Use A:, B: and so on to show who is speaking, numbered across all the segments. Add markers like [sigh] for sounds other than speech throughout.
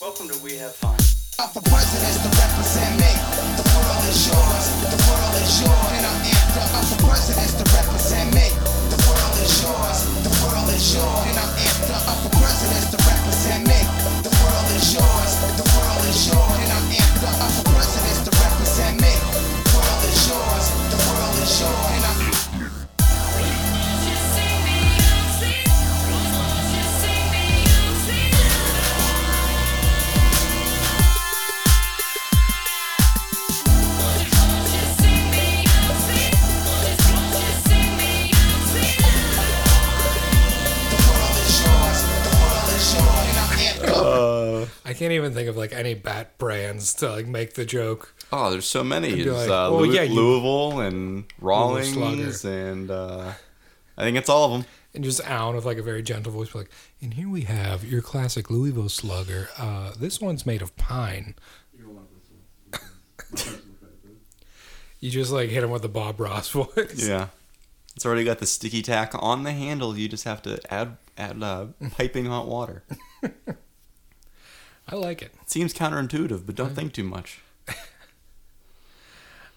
A: Welcome to We Have Fun.
B: Out for presidents to represent me. The world is yours. The world is yours. And I'm amped up. Out for presidents to represent me. The world is yours. The world is yours. And I'm amped up. Out for presidents to represent me. The world is yours. The world is yours. And I'm amped up. Out for presidents to represent me. The world is yours. The world is yours. And I'm the world is yours. The world is yours. And I'm amped up.
C: I can't even think of like any bat brands to like make the joke.
D: Oh, there's so many.
C: be
D: It's,
C: like,
D: uh,
C: well,
D: Louis-
C: yeah, you-
D: Louisville and Rawlings,
C: Slugger.
D: and uh, I think it's all of them.
C: And just Alan with like a very gentle voice, be like, and here we have your classic Louisville Slugger. Uh, this one's made of pine. [laughs] you just like hit him with the Bob Ross [laughs] voice.
D: Yeah, it's already got the sticky tack on the handle. You just have to add add
C: [laughs]
D: uh, piping hot water.
C: I like it.
D: It seems counterintuitive, but don't think too much.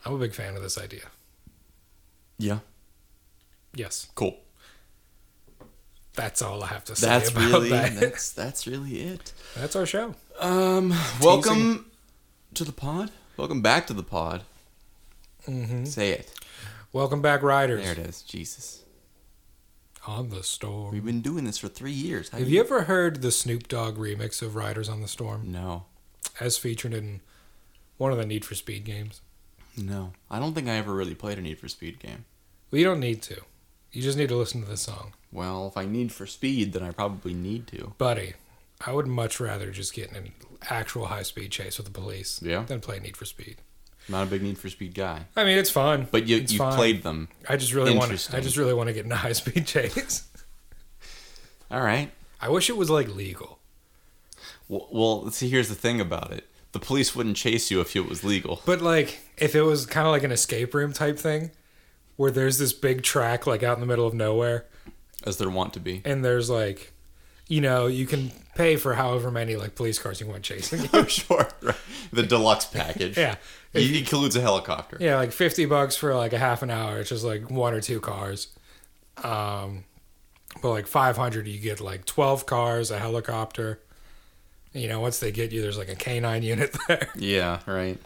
C: I'm a big fan of this idea.
D: Yeah,
C: Yes,
D: cool.
C: that's all I have to say
D: That's
C: about
D: really
C: that.
D: that's that's really it.
C: [laughs] That's our show.
D: Um, welcome to the pod. Welcome back to the pod.
C: Mm-hmm.
D: Say it.
C: Welcome back, riders.
D: There it is. Jesus,
C: On the storm.
D: we've been doing this for three years. How
C: Have you ever heard the Snoop Dogg remix of Riders on the Storm
D: No,
C: as featured in one of the Need for Speed games?
D: no. I don't think I ever really played a Need for Speed game.
C: Well, you don't need to. You just need to listen to this song.
D: Well, if I need for speed, then I probably need to.
C: Buddy, I would much rather just get in an actual high speed chase with the police
D: Yeah.
C: than play Need for Speed.
D: Not a big Need for Speed guy,
C: I mean, it's fun.
D: but you
C: it's
D: you
C: fun.
D: played them.
C: I just really want to.
D: Interesting.
C: I just really want to get in a high speed [laughs] chase.
D: All right.
C: I wish it was like legal.
D: Well, well, see, here's the thing about it: the police wouldn't chase you if it was legal.
C: But like, if it was kind of like an escape room type thing, where there's this big track like out in the middle of nowhere,
D: as there want to be. [laughs]
C: and there's like, you know, you can pay for however many like police cars you want chasing. [laughs]
D: I'm sure. Right? The deluxe package.
C: yeah,
D: It includes a helicopter.
C: yeah, like fifty bucks for like a half an hour. It's just like one or two cars. Um, but like five hundred, you get like twelve cars, a helicopter. You know, once they get you, there's like a canine unit [laughs] there.
D: Yeah, right.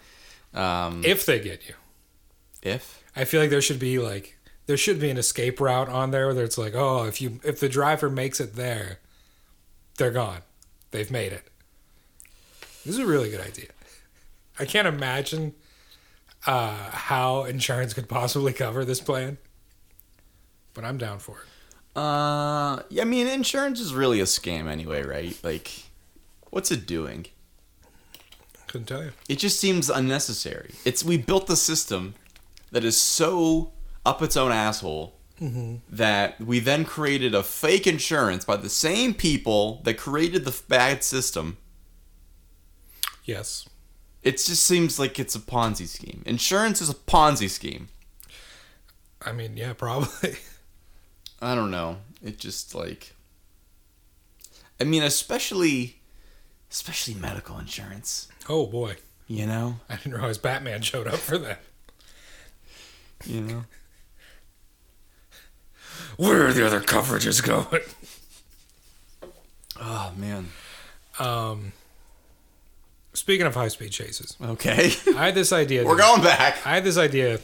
D: Um,
C: if they get you,
D: if
C: I feel like there should be like there should be an escape route on there where it's like, oh, if you if the driver makes it there, they're gone. They've made it. This is a really good idea. I can't imagine uh, how insurance could possibly cover this plan, but I'm down for it.
D: uh, yeah, I mean, insurance is really a scam anyway, right? Like, what's it doing?
C: Couldn't tell you.
D: It just seems unnecessary. It's we built the system that is so up its own asshole Mm-hmm. that we then created a fake insurance by the same people that created the bad system.
C: Yes,
D: It just seems like it's a Ponzi scheme. Insurance is a Ponzi scheme.
C: I mean, yeah, probably. [laughs]
D: I don't know. It just like I mean, especially especially medical insurance,
C: oh boy,
D: you know?
C: I didn't realize Batman showed up for that.
D: You know.
C: Where are the other coverages going?
D: Oh, man.
C: Um, speaking of high speed chases,
D: Okay. [laughs]
C: I had this idea.
D: We're
C: that-
D: going back.
C: I had this idea.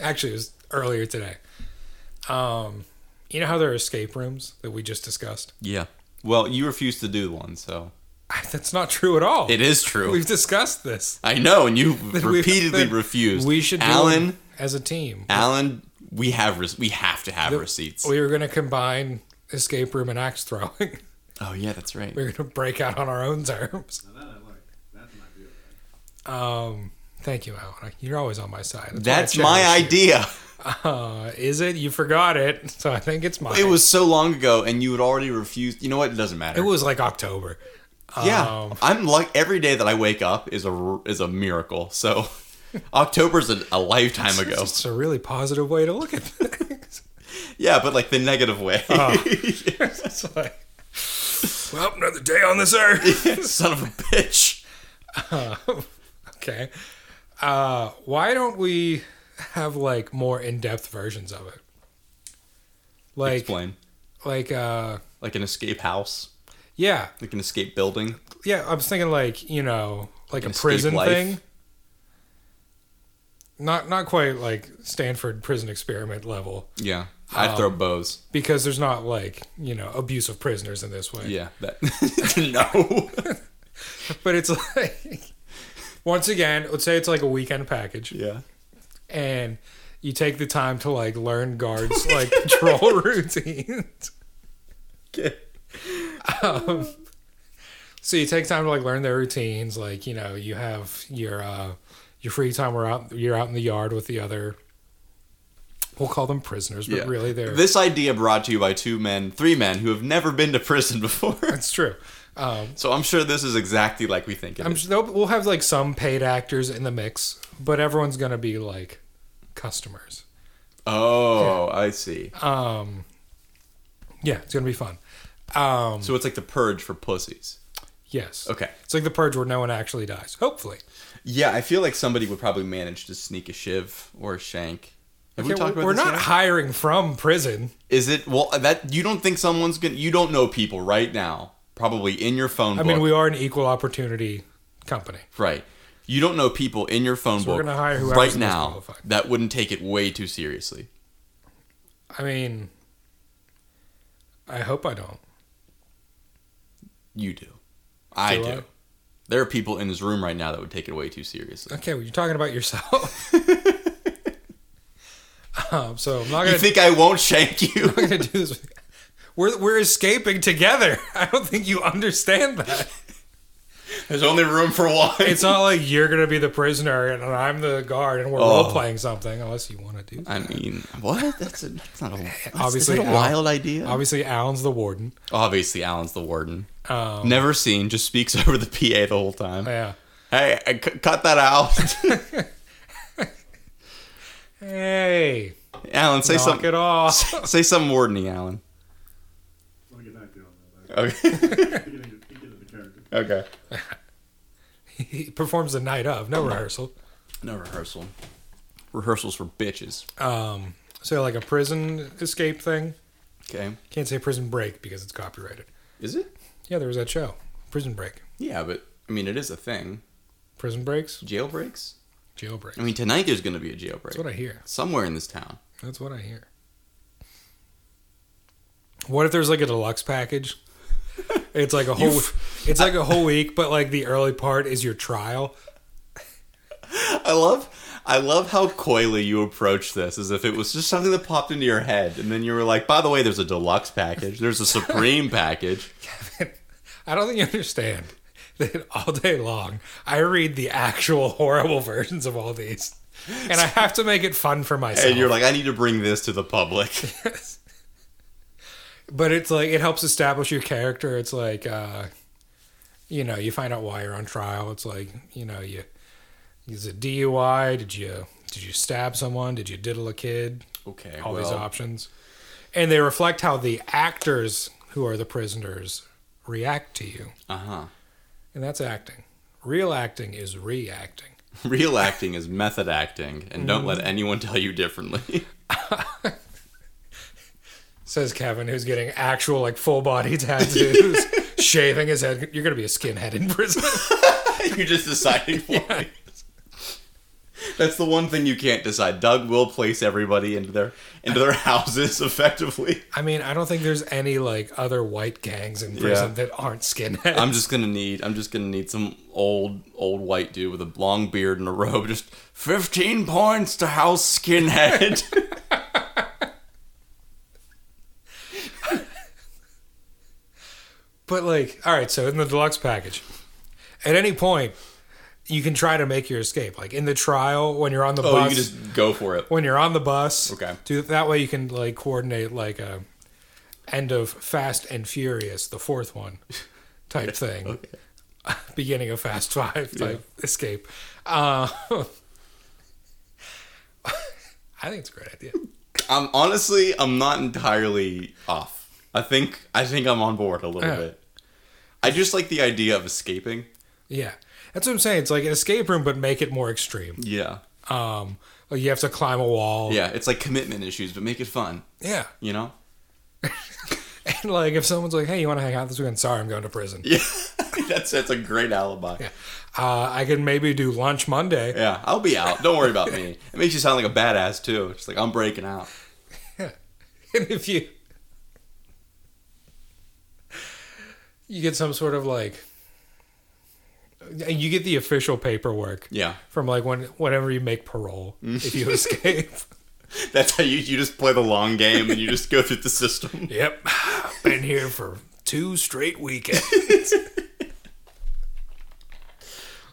C: Actually, it was earlier today. Um, you know how there are escape rooms that we just discussed?
D: Yeah. Well, you refused to do one, so
C: That's not true at all.
D: it is true.
C: We've discussed this. [laughs]
D: I know, and you
C: We've- [laughs]
D: repeatedly
C: that
D: refused.
C: We should do
D: Alan.
C: them as a team.
D: Alan, we have re- we have to have receipts.
C: We were going to combine escape room and axe throwing. [laughs]
D: oh yeah, that's right.
C: we were going to break out on our own terms.
E: Now that I like. That's an idea.
C: Um, thank you, Alan. You're always on my side. why I
D: That's my
C: cherish you.
D: idea.
C: Uh, is it? You forgot it, [laughs] so I think it's mine.
D: It was so long ago, and you had already refused. You know what? It doesn't matter.
C: It was like October.
D: Yeah,
C: Um,
D: I'm like every day that I wake up is a r- is a miracle. So [laughs] October's a, a lifetime
C: [laughs]
D: ago.
C: It's a really positive way to look at things. Oh.
D: Yeah, but like the negative way.
C: It's like, [laughs] Well, another day on this earth.
D: [laughs] Son of a bitch.
C: [laughs] okay. Uh, why don't we have like more in-depth versions of it? Like,
D: Explain.
C: like, uh,
D: Like an escape house,
C: yeah,
D: like an escape building.
C: yeah. I was thinking like you know, like
D: An
C: a prison
D: escape life.
C: thing. Not not quite like Stanford prison experiment level
D: Yeah.
C: Oh.
D: I'd throw bows.
C: because there's not like you know abuse of prisoners in this way.
D: Yeah. That. [laughs] no.
C: But it's [laughs] like once again, let's say it's like a weekend package.
D: Yeah.
C: and you take the time to like learn guards like [laughs]
D: [laughs]
C: patrol routines. Um,
D: Okay.
C: So you take time to like learn their routines. Like you know, you have your uh, your free time. We're out. You're out in the yard with the other. We'll call them prisoners, but
D: Yeah.
C: really they're [laughs]
D: This idea brought to you by two men, three men who have never been to prison [laughs] before.
C: it's true. Um,
D: so I'm sure this is exactly like we think it
C: I'm
D: is.
C: sure they'll- we'll have like some paid actors in the mix, but everyone's gonna be like customers.
D: Oh, I see.
C: Um, yeah, it's gonna be fun. Um,
D: So it's like the purge for pussies.
C: yes,
D: Okay.
C: It's like the purge where no one actually dies. Hopefully.
D: Yeah, I feel like somebody would probably manage to sneak a shiv or a shank. Have we
C: Okay,
D: talked about
C: we're
D: this
C: not
D: yet?
C: hiring from prison.
D: Is it well that you don't think someone's gonna? You don't know people right now, probably in your phone
C: I
D: book.
C: mean, we are an equal opportunity company.
D: right. You don't know people in your phone
C: So we're
D: book
C: gonna hire whoever's
D: right
C: most
D: now.
C: qualified.
D: That wouldn't take it way too seriously.
C: I mean, I hope I don't.
D: You do. I
C: Do
D: do.
C: I?
D: There are people in this room right now that would take it way too seriously.
C: Okay, well, you're talking about
D: [laughs]
C: yourself. um, so I'm not
D: You
C: gonna,
D: think I won't shank you?
C: I'm not [laughs] gonna do this. We're we're escaping together. [laughs] I don't think you understand that.
D: [laughs] There's only room for one.
C: It's not like you're gonna be the prisoner and I'm the guard and we're
D: Oh.
C: role playing something, unless you want to do. That.
D: I mean, what? That's, a, that's not a that's,
C: Obviously,
D: is that a
C: Al-
D: wild idea.
C: Obviously, Alan's the warden.
D: Obviously, Alan's the warden.
C: Um,
D: Never seen, just speaks [laughs] over the PA the whole time.
C: Yeah.
D: Hey, I c- cut that [laughs] out.
C: Hey,
D: Alan, say
C: knock
D: something. [laughs]
C: it off.
D: Say something wardeny, Alan.
E: Let me get back to you on that.
D: Okay. [laughs]
E: Let's Get into, get into the character.
D: okay.
C: he performs the night of, no rehearsal.
D: No rehearsal. Rehearsals for bitches.
C: Um, so like a prison escape thing.
D: Okay.
C: Can't say prison break because it's copyrighted.
D: Is it?
C: Yeah, there was that show, Prison Break,
D: Yeah, but I mean, it is a thing.
C: prison breaks,
D: Jailbreaks?
C: jailbreak.
D: I mean, tonight there's going to be a
C: That's
D: jailbreak.
C: what I hear.
D: Somewhere in this town.
C: That's what I hear. What if there's like a deluxe
D: [laughs]
C: package? It's like a whole. it's like a whole week, but like the early part is your trial.
D: I love. I love how coyly you approach this as if it was just something that popped into your head. And then you were like, by the way, there's a deluxe package, there's a
C: [laughs]
D: supreme package.
C: I don't think you understand [laughs] that all day long I read the actual [laughs] horrible versions of all these, and I have to make it fun for myself.
D: And you're like, I need to bring this to
C: [laughs]
D: the public.
C: but it's like it helps establish your character it's like uh you know you find out why you're on trial it's like you know you is it dui did you did you stab someone did you diddle a kid
D: Okay.
C: all these
D: well,
C: options and they reflect how the actors who are the prisoners react to you
D: Uh huh.
C: and that's acting real acting is reacting
D: Real acting is method acting, and don't
C: Mm.
D: let anyone tell you
C: [laughs]
D: differently. [laughs]
C: says kevin who's getting actual like full body [laughs] tattoos shaving his head you're gonna be a skinhead in prison
D: You're just deciding for it. That's the one thing you can't decide. Doug will place everybody into their into their houses effectively.
C: I mean, I don't think there's any like other white gangs in prison that aren't skinheads.
D: I'm just gonna need I'm just gonna need some old old white dude with a long beard and a robe. Just fifteen points to house skinhead.
C: [laughs] but like, all right, so in the deluxe package, at any point, you can try to make your escape. Like in the trial, when you're on the
D: [laughs] oh, you
C: bus,
D: can just go for it.
C: when you're on the bus,
D: Okay.
C: do that way you can like coordinate like a end of Fast and Furious, the fourth
D: [laughs]
C: one, type thing, [laughs] beginning of Fast Five type escape. Uh, [laughs] I think it's a great idea.
D: I'm honestly I'm not entirely off. I think I think I'm on board a little
C: Yeah.
D: bit. I just like the idea of escaping.
C: Yeah, that's what I'm saying. It's like an escape room, but make it more extreme.
D: Yeah.
C: Um, like you have to climb a wall.
D: Yeah, it's like commitment issues, but make it fun,
C: yeah. [laughs]
D: you know? [laughs]
C: And like if someone's like, "Hey, you want to hang out this weekend?" Sorry, I'm going to prison.
D: Yeah. that's that's a great alibi. Yeah.
C: Uh, I can maybe do lunch Monday.
D: I'll be out. Don't worry about me. It makes you sound like a badass too. Just like I'm breaking out.
C: [laughs] and if you you get some sort of like you get the official paperwork
D: Yeah.
C: from like when whenever you make parole if
D: [laughs]
C: you escape
D: That's how you you just play the long game and you just go through the system.
C: yep been here for two straight [laughs] weekends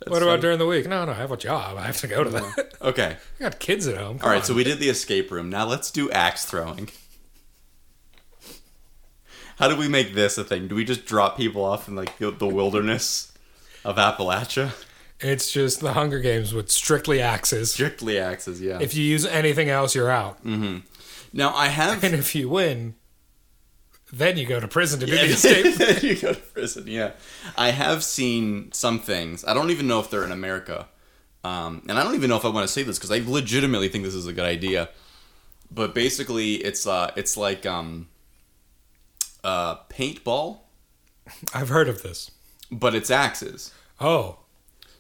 C: what about during the week no no i have a job i have to go to that
D: [laughs] Okay.
C: [laughs] i got kids at home
D: All right, so we did the escape room. Now let's do axe throwing. How do we make this a thing? Do we just drop people off in like the, the wilderness of Appalachia? [laughs]
C: it's just the hunger games with strictly axes
D: Strictly axes, yeah.
C: if you use anything else you're out
D: now I
C: [laughs]
D: have
C: and if you win then you go to prison to do the escape [laughs]
D: [laughs] Yeah, you go to prison. Yeah, I have seen some things. I don't even know if they're in America, um, and I don't even know if I want to say this because I legitimately think this is a good idea. But basically, it's uh, it's like um, uh, paintball,
C: I've heard of this.
D: but it's axes.
C: Oh,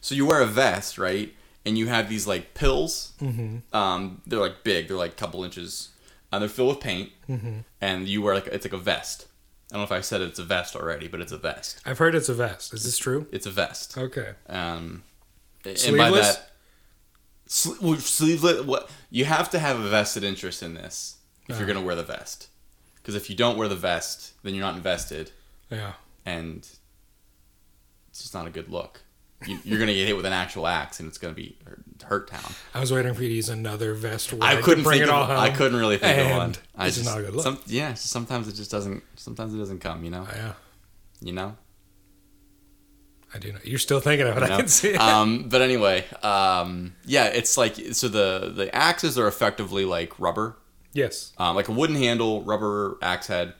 D: So you wear a vest, right? And you have these like pills. Mm-hmm. Um, they're like big. They're like a couple inches, and they're filled with paint. Mm-hmm. And you wear like it's like a vest. I don't know if I said it's a vest already, but it's a vest.
C: I've heard it's a vest. Is this true?
D: It's a vest.
C: Okay.
D: Um, and by
C: Sleeveless?
D: that, sle- well, sleeveless. What you have to have a vested interest in this if
C: Uh-huh.
D: you're going to wear the vest, because if you don't wear the vest, then you're not invested,
C: Yeah.
D: and it's just not a good look. You, you're going to get hit with an actual axe, and it's going to be hurt- hurt town.
C: I was waiting for you to use another vest. word
D: I
C: to
D: couldn't
C: bring
D: think
C: it
D: of,
C: all home.
D: I couldn't really think of one.
C: And
D: I
C: this is not a good look. Uh,
D: some- yeah, it's just sometimes it just doesn't. Sometimes it doesn't come. You know.
C: Yeah,
D: You know.
C: I do know. You're still thinking of it. I
D: know?
C: can see it.
D: Um, but anyway, um, yeah, it's like so the the axes are effectively like rubber,
C: yes.
D: um, like a wooden handle, rubber axe head,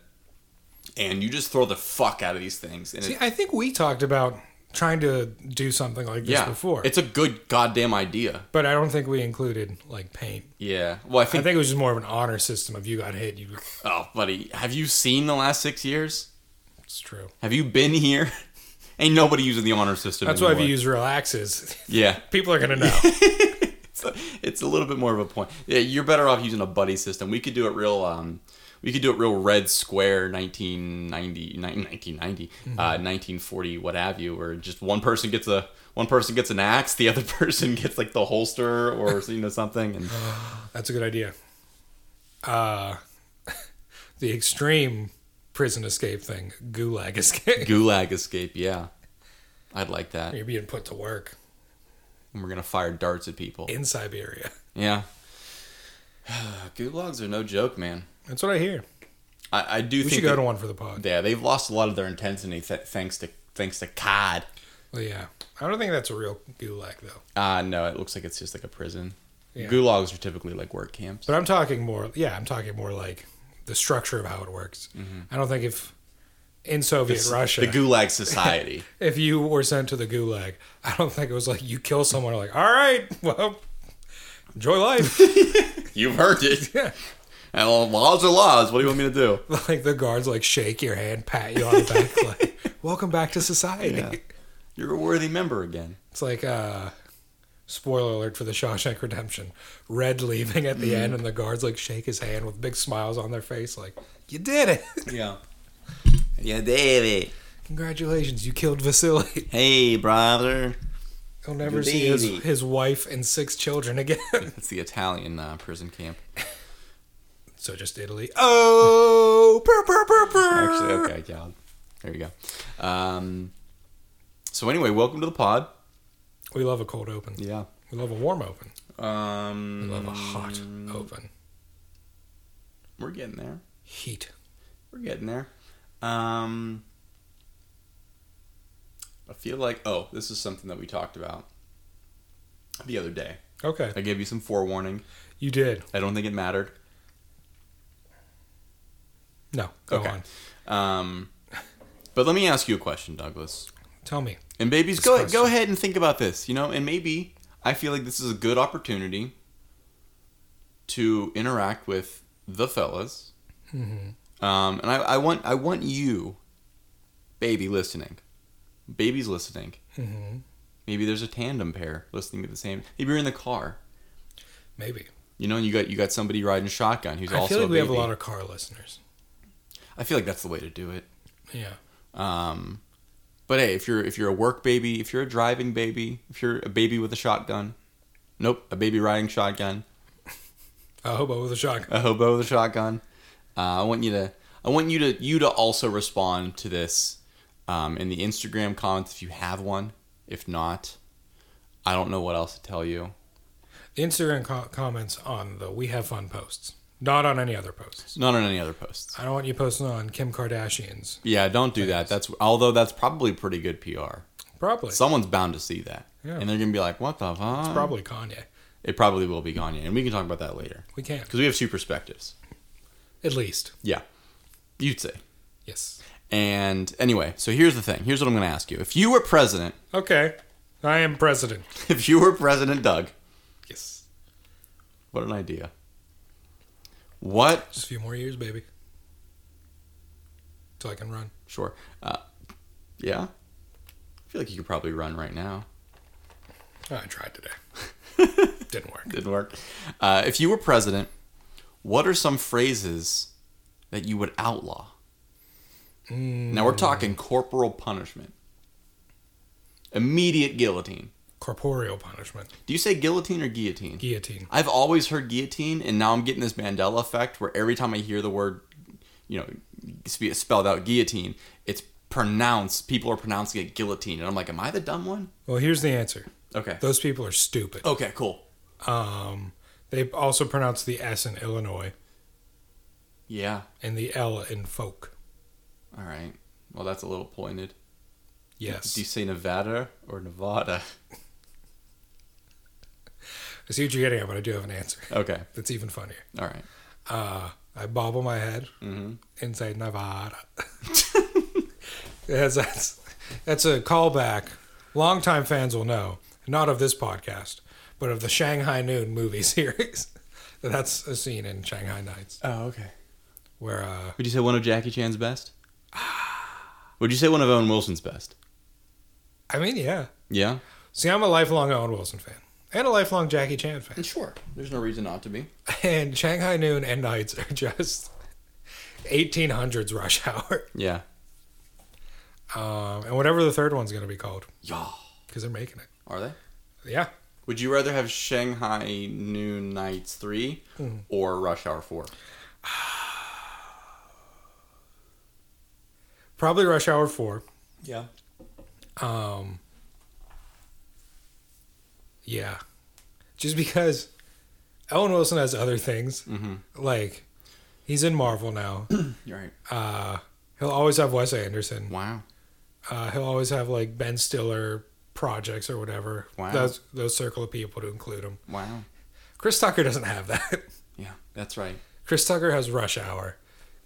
D: and you just throw the fuck out of these things. And
C: See,
D: it,
C: I think we talked about trying to do something like this
D: yeah,
C: before,
D: it's a good goddamn idea.
C: but I don't think we included like paint.
D: Yeah. Well, I
C: I
D: think,
C: think it was just more of an honor system. If you got hit, you.
D: Oh, buddy, have you seen the last six years?
C: [laughs] It's true.
D: Have you been here? [laughs] Ain't nobody using the honor system.
C: That's why if you
D: anymore.
C: use real axes,
D: Yeah.
C: [laughs]
D: [laughs]
C: people are gonna know.
D: it's, a, it's a little bit more of a point. Yeah, you're better off using a buddy system. We could do it real. Um, we could do it real red square 1990 nine- 1990 uh,
C: Mm-hmm.
D: 1940 what have you where just one person gets a one person gets an axe the other [laughs] person gets like the holster or you know something
C: [laughs]
D: and
C: That's a good idea. Uh, [laughs] the extreme prison escape thing, gulag [laughs] escape.
D: gulag escape yeah i'd like that
C: You're being put to work
D: and we're gonna fire darts at people
C: in Siberia.
D: yeah [sighs] gulags are no joke man
C: That's what I hear.
D: i, I do
C: We
D: think
C: should go
D: that-
C: to one for the pod.
D: yeah they've lost a lot of their intensity th- thanks to thanks to cod
C: Well, yeah. I don't think that's a real gulag though.
D: Uh no, it looks like it's just like a prison.
C: Yeah.
D: Gulags are typically like work camps.
C: But I'm talking more. Yeah, I'm talking more like the structure of how it works. I don't think if in Soviet Russia,
D: The Gulag Society. [laughs]
C: if you were sent to the gulag, I don't think it was like you kill someone. Like, all right, well, enjoy life. [laughs]
D: You've heard it.
C: Yeah.
D: And well, laws are laws. What do you want me to do?
C: like the guards like shake your hand, pat you on the back, like welcome back to society.
D: Yeah. You're a worthy member again.
C: It's like uh spoiler alert for the Shawshank Redemption. Red leaving at the end and the guards like shake his hand with big smiles on their face like you did it. [laughs]
D: Yeah. Yeah, David.
C: Congratulations, you killed Vasily.
D: Hey, brother.
C: He'll never
D: Good
C: see his,
D: baby.
C: his wife and six children again. [laughs]
D: That's the Italian uh, prison camp.
C: so just Italy. Oh, purr, purr, purr, purr.
D: Actually, okay, yeah. There you go. Um, so anyway, welcome to the pod.
C: We love a cold open.
D: Yeah.
C: We love a warm open.
D: Um,
C: We love a hot open.
D: We're getting there.
C: Heat.
D: We're getting there. Um, I feel like oh, this is something that we talked about the other day.
C: Okay.
D: I gave you some forewarning.
C: You did.
D: I don't think it mattered.
C: No. Go
D: Okay.
C: on.
D: Um, But let me ask you a question, Douglas.
C: Tell me.
D: And babies, go
C: Disgusting.
D: go ahead and think about this. You know, and maybe I feel like this is a good opportunity to interact with the fellas.
C: Mm-hmm.
D: Um, and I, I want I want you, baby, listening, babies listening.
C: hmm
D: Maybe there's a tandem pair listening to the same. Maybe you're in the car.
C: Maybe.
D: You know, and you got you got somebody riding shotgun who's
C: I
D: also
C: feel like
D: a
C: we have a
D: baby.
C: lot of car listeners.
D: I feel like that's the way to do it.
C: Yeah.
D: Um, but hey, if you're if you're a work baby, if you're a driving baby, if you're a baby with a shotgun, nope, a baby riding shotgun,
C: A hobo with a shotgun.
D: a hobo with a shotgun, uh, I want you to I want you to you to also respond to this um, in the Instagram comments if you have one. If not, I don't know what else to tell you.
C: The Instagram co- comments on the We Have Fun posts, not on any other posts.
D: Not on any other posts.
C: I don't want you posting on Kim Kardashian's.
D: Yeah, don't do that. That's although that's probably pretty good PR.
C: Probably.
D: Someone's bound to see that,
C: Yeah.
D: and they're gonna be like, "What the fuck?"
C: it's probably Kanye.
D: it probably will be Gagne, and we can talk about that later.
C: We can't.
D: Because we have two perspectives.
C: At least.
D: Yeah. You'd say.
C: Yes.
D: And anyway, so here's the thing. Here's what I'm going to ask you. If you were president, [laughs]
C: Okay. I am president.
D: if you were President Doug,
C: Yes.
D: what an idea. What?
C: Just a few more years, baby. Till I can run.
D: Sure. Uh, yeah. I feel like you could probably run right now.
C: Oh, I tried today. [laughs] Didn't work.
D: Didn't work. Uh, if you were president, what are some phrases that you would outlaw? Now we're talking corporal punishment, immediate guillotine.
C: Corporeal punishment.
D: Do you say guillotine or guillotine?
C: Guillotine.
D: I've always heard guillotine, and now I'm getting this Mandela effect where every time I hear the word, you know, spe- spelled out guillotine, it's pronounced. People are pronouncing it guillotine, and I'm like, am I the dumb one?
C: Well, here's the answer.
D: Okay.
C: Those people are stupid.
D: Okay. Cool.
C: Um, they also pronounce the S in Illinois
D: Yeah.
C: and the L in folk.
D: All right. Well, that's a little pointed.
C: Yes.
D: Do you say Nevada or [laughs] Nevada?
C: I see what you're getting at, but I do have an answer
D: Okay.
C: that's even funnier.
D: All right.
C: Uh, I bobble my head
D: Mhm.
C: and say Nevada. [laughs] that's, that's, that's a callback. Longtime fans will know, not of this podcast, but of the Shanghai Noon movie [laughs] series. that's a scene in Shanghai Nights
D: Oh, okay.
C: where uh,
D: Would you say one of Jackie Chan's best? Would you say one of Owen Wilson's best?
C: I mean, yeah.
D: Yeah.
C: See, I'm a lifelong Owen Wilson fan and a lifelong Jackie Chan fan. [laughs]
D: Sure. There's no reason not to be.
C: And Shanghai Noon and Nights are just 1800s rush hour.
D: Yeah.
C: Um, and whatever the third one's going to be called,
D: Yeah.
C: because they're making it.
D: Are they?
C: Yeah.
D: Would you rather have Shanghai Noon Nights 3 or Rush Hour 4?
C: Probably Rush Hour 4.
D: Yeah.
C: Um, yeah. Just because Owen Wilson has other things.
D: Mm-hmm.
C: Like, he's in Marvel
D: [clears throat]
C: now.
D: You're right.
C: uh, he'll always have Wes Anderson.
D: Wow.
C: Uh, he'll always have, like, Ben Stiller projects or whatever.
D: Wow.
C: Those, those circle of people to include him.
D: Wow.
C: Chris Tucker doesn't have that. [laughs]
D: Yeah, that's right.
C: Chris Tucker has Rush Hour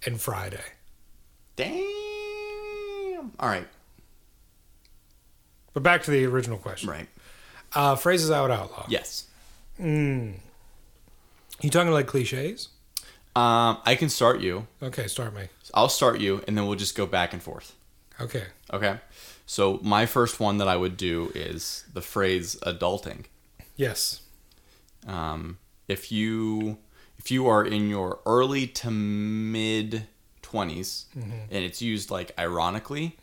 C: and Friday.
D: Damn. All right.
C: But back to the original question.
D: Right.
C: Uh, phrases I would outlaw. Hmm.
D: Yes.
C: You talking like cliches?
D: Um, I can start you.
C: Okay, start me.
D: I'll start you, and then we'll just go back and forth.
C: Okay.
D: Okay. So my first one that I would do is the phrase adulting.
C: Yes.
D: Um, if you if you are in your early to mid 20s and it's used like ironically,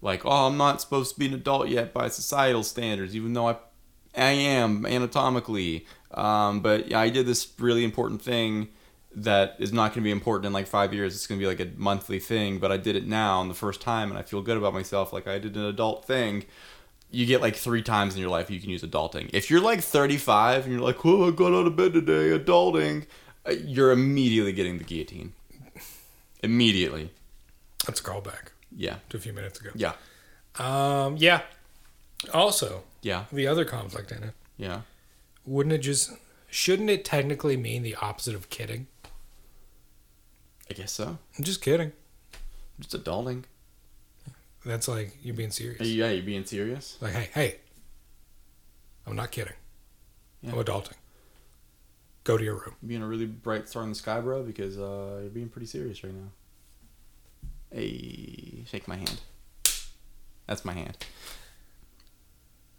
D: like oh I'm not supposed to be an adult yet by societal standards, even though I I am anatomically, um, but yeah, I did this really important thing that is not going to be important in like five years. It's going to be like a monthly thing, but I did it now on the first time, and I feel good about myself. Like I did an adult thing you get like three times in your life you can use adulting. If you're like 35 and you're like, oh, I got out of bed today, adulting, uh, you're immediately getting the guillotine. Immediately.
C: That's a callback
D: Yeah.
C: to a few minutes ago.
D: Yeah.
C: Um, yeah. Also,
D: Yeah.
C: the other conflict in it,
D: Yeah.
C: wouldn't it just, shouldn't it technically mean the opposite of kidding?
D: I guess so.
C: I'm just kidding.
D: It's adulting.
C: That's like you're being serious.
D: Are you, yeah, you being serious?
C: Like, hey, hey, I'm not kidding.
D: Yeah.
C: I'm adulting. Go to your room.
D: You being a really bright star in the sky, bro, because uh, you're being pretty serious right now. Hey, shake my hand. That's my hand.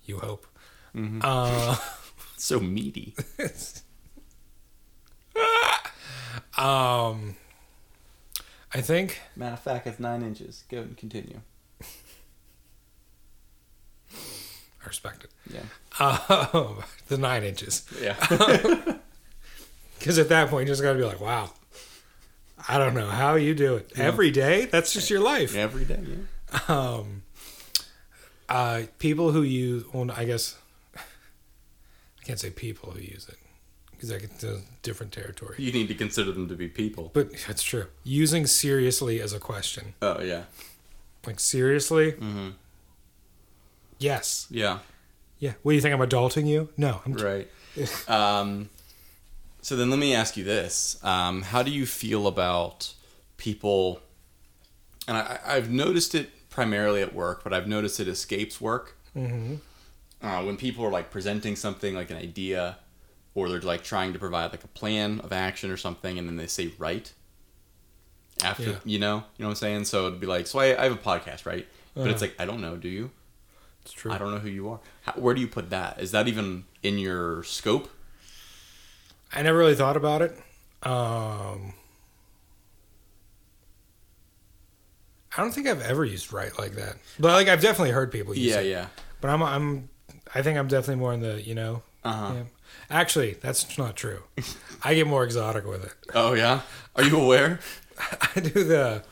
C: You hope.
D: Mhm.
C: Uh, [laughs]
D: It's so meaty.
C: um, I think
D: Matter of fact, it's nine inches. Go and continue.
C: I respect it. [laughs]
D: Yeah.
C: Uh, the nine inches,
D: Yeah.
C: because at that point you just got to be like, wow. I don't know how you do it every day. That's just your life.
D: [laughs] Every day. Yeah.
C: [laughs] um uh people who use well i guess i can't say people who use it because i get to different territory
D: You need to consider them to be people.
C: but that's true using seriously as a question
D: Oh yeah.
C: like seriously
D: Mm-hmm.
C: yes
D: Yeah.
C: yeah what do you think i'm adulting you no i'm
D: [laughs] Right. um, so then let me ask you this. Um, how do you feel about people? And I, I- I've noticed it primarily at work, but I've noticed it escapes work. Mm-hmm. Uh, when people are like presenting something, like an idea, or they're like trying to provide like a plan of action or something, and then they say right. After
C: Yeah.
D: you know, you know what I'm saying. So it'd be like, so I, I have a podcast, right? But it's like I don't know. Do you?
C: it's true
D: I don't know who you are. How, where do you put that? Is that even in your scope?
C: I never really thought about it. Um, I don't think I've ever used right like that. But like I've definitely heard people use
D: Yeah,
C: it.
D: yeah.
C: But I'm I'm I think I'm definitely more in the, you know.
D: Uh-huh.
C: yeah. Actually, that's not true. I get more exotic with it. [laughs]
D: Oh yeah. Are you aware?
C: I do the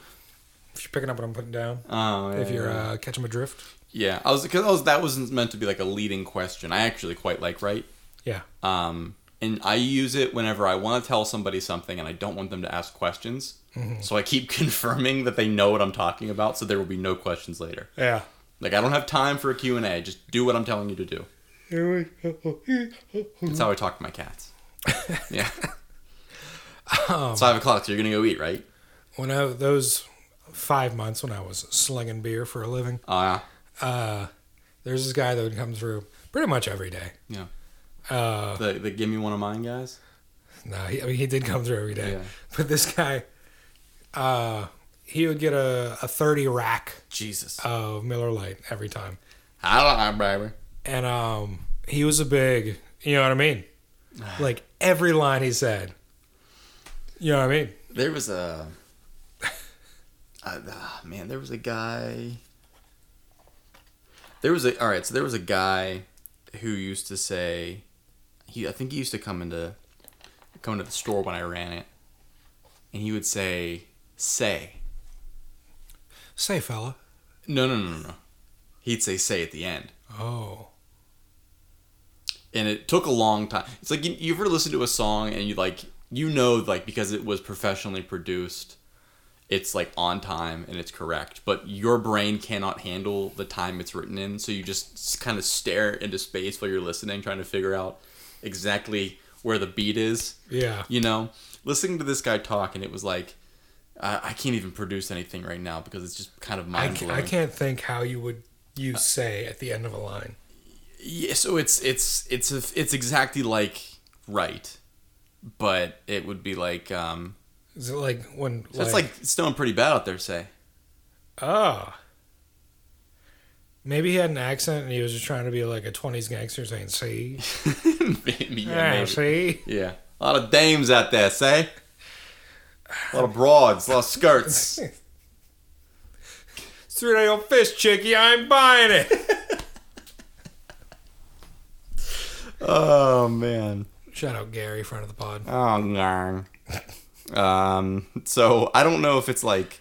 C: if you're picking up what I'm putting down.
D: Oh, yeah,
C: If you're
D: yeah.
C: uh, catching my drift.
D: yeah. I was because I was that wasn't meant to be like a leading question. I actually quite like right.
C: Yeah.
D: Um, and I use it whenever I want to tell somebody something and I don't want them to ask questions. So I keep [laughs] confirming that they know what I'm talking about, so there will be no questions later.
C: Yeah.
D: Like I don't have time for a Q and A. Just do what I'm telling you to do. That's how I talk to my cats. yeah. it's five o'clock, so you're gonna go eat, right?
C: When I those 5 months when I was slinging beer for a living,
D: Uh,
C: there's this guy that would come through pretty much every day.
D: yeah. the the give me one of mine guys.
C: No, he, I mean he did come through every day.
D: Yeah.
C: But this guy, uh, he would get a, a thirty rack
D: Jesus.
C: of Miller Lite every time,
D: I don't know, baby.
C: and um, he was a big, you know what I
D: [sighs]
C: mean? Like every line he said, you know what I mean?
D: There was a. Uh, ah, man, there was a guy. There was a all right. So there was a guy who used to say, he I think he used to come into come into the store when I ran it, and he would say, "Say."
C: Say, fella.
D: No, no, no, no, no. He'd say "say" at the end,
C: Oh,
D: and it took a long time. It's like you, you ever listen to a song and you like you know like because it was professionally produced, it's like on time and it's correct, but your brain cannot handle the time it's written in, so you just kind of stare into space while you're listening, trying to figure out exactly where the beat is.
C: yeah.
D: You know, listening to this guy talk and it was like. I I can't even produce anything right now because it's just kind of
C: I,
D: mind
C: ca-
D: blowing.
C: I can't think how you would use say at the end of a line.
D: Yeah, so it's it's it's a, it's exactly like right, but it would be like um.
C: Is it like when?
D: So it's like snowing pretty bad out there. Say [laughs]
C: Oh. Maybe he had an accent and he was just trying to be like a 20s gangster saying, see?
D: maybe,
C: Yeah,
D: yeah, maybe.
C: see?
D: yeah, a lot of dames out there. Say a lot of broads, a lot of skirts.
C: It's three day old fish, chickie. I ain't buying it.
D: [laughs]
C: [laughs]
D: oh man.
C: Shout out Gary, front of the pod.
D: Oh, garn. um, so I don't know if it's like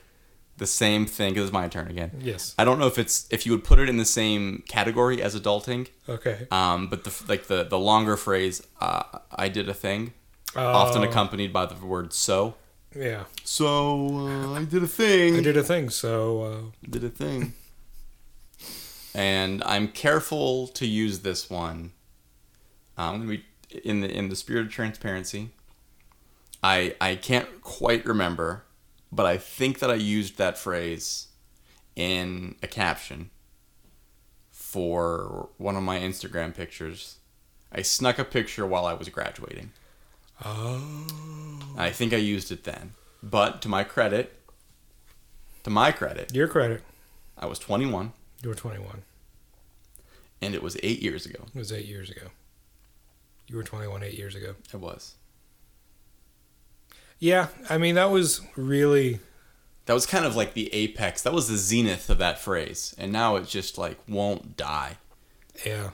D: the same thing. 'cause it's my turn again.
C: Yes.
D: I don't know if it's if you would put it in the same category as adulting.
C: Okay.
D: Um, but the like the the longer phrase, uh, I did a thing, often
C: Oh.
D: accompanied by the word so.
C: Yeah.
D: So uh, I did a thing.
C: I did a thing, so uh,
D: did a thing. [laughs] and I'm careful to use this one. Um, I'm gonna be in the in the spirit of transparency. I I can't quite remember, but I think that I used that phrase in a caption for one of my Instagram pictures. I snuck a picture while I was graduating.
C: uh, Oh.
D: I think I used it then. But to my credit, to my credit,
C: Your credit.
D: I was 21
C: You were 21.
D: and it was 8 years ago.
C: It was eight years ago. You were 21 eight years ago.
D: It was.
C: Yeah, I mean, that was really.
D: That was kind of like the apex. That was the zenith of that phrase. And now it just like won't die.
C: Yeah.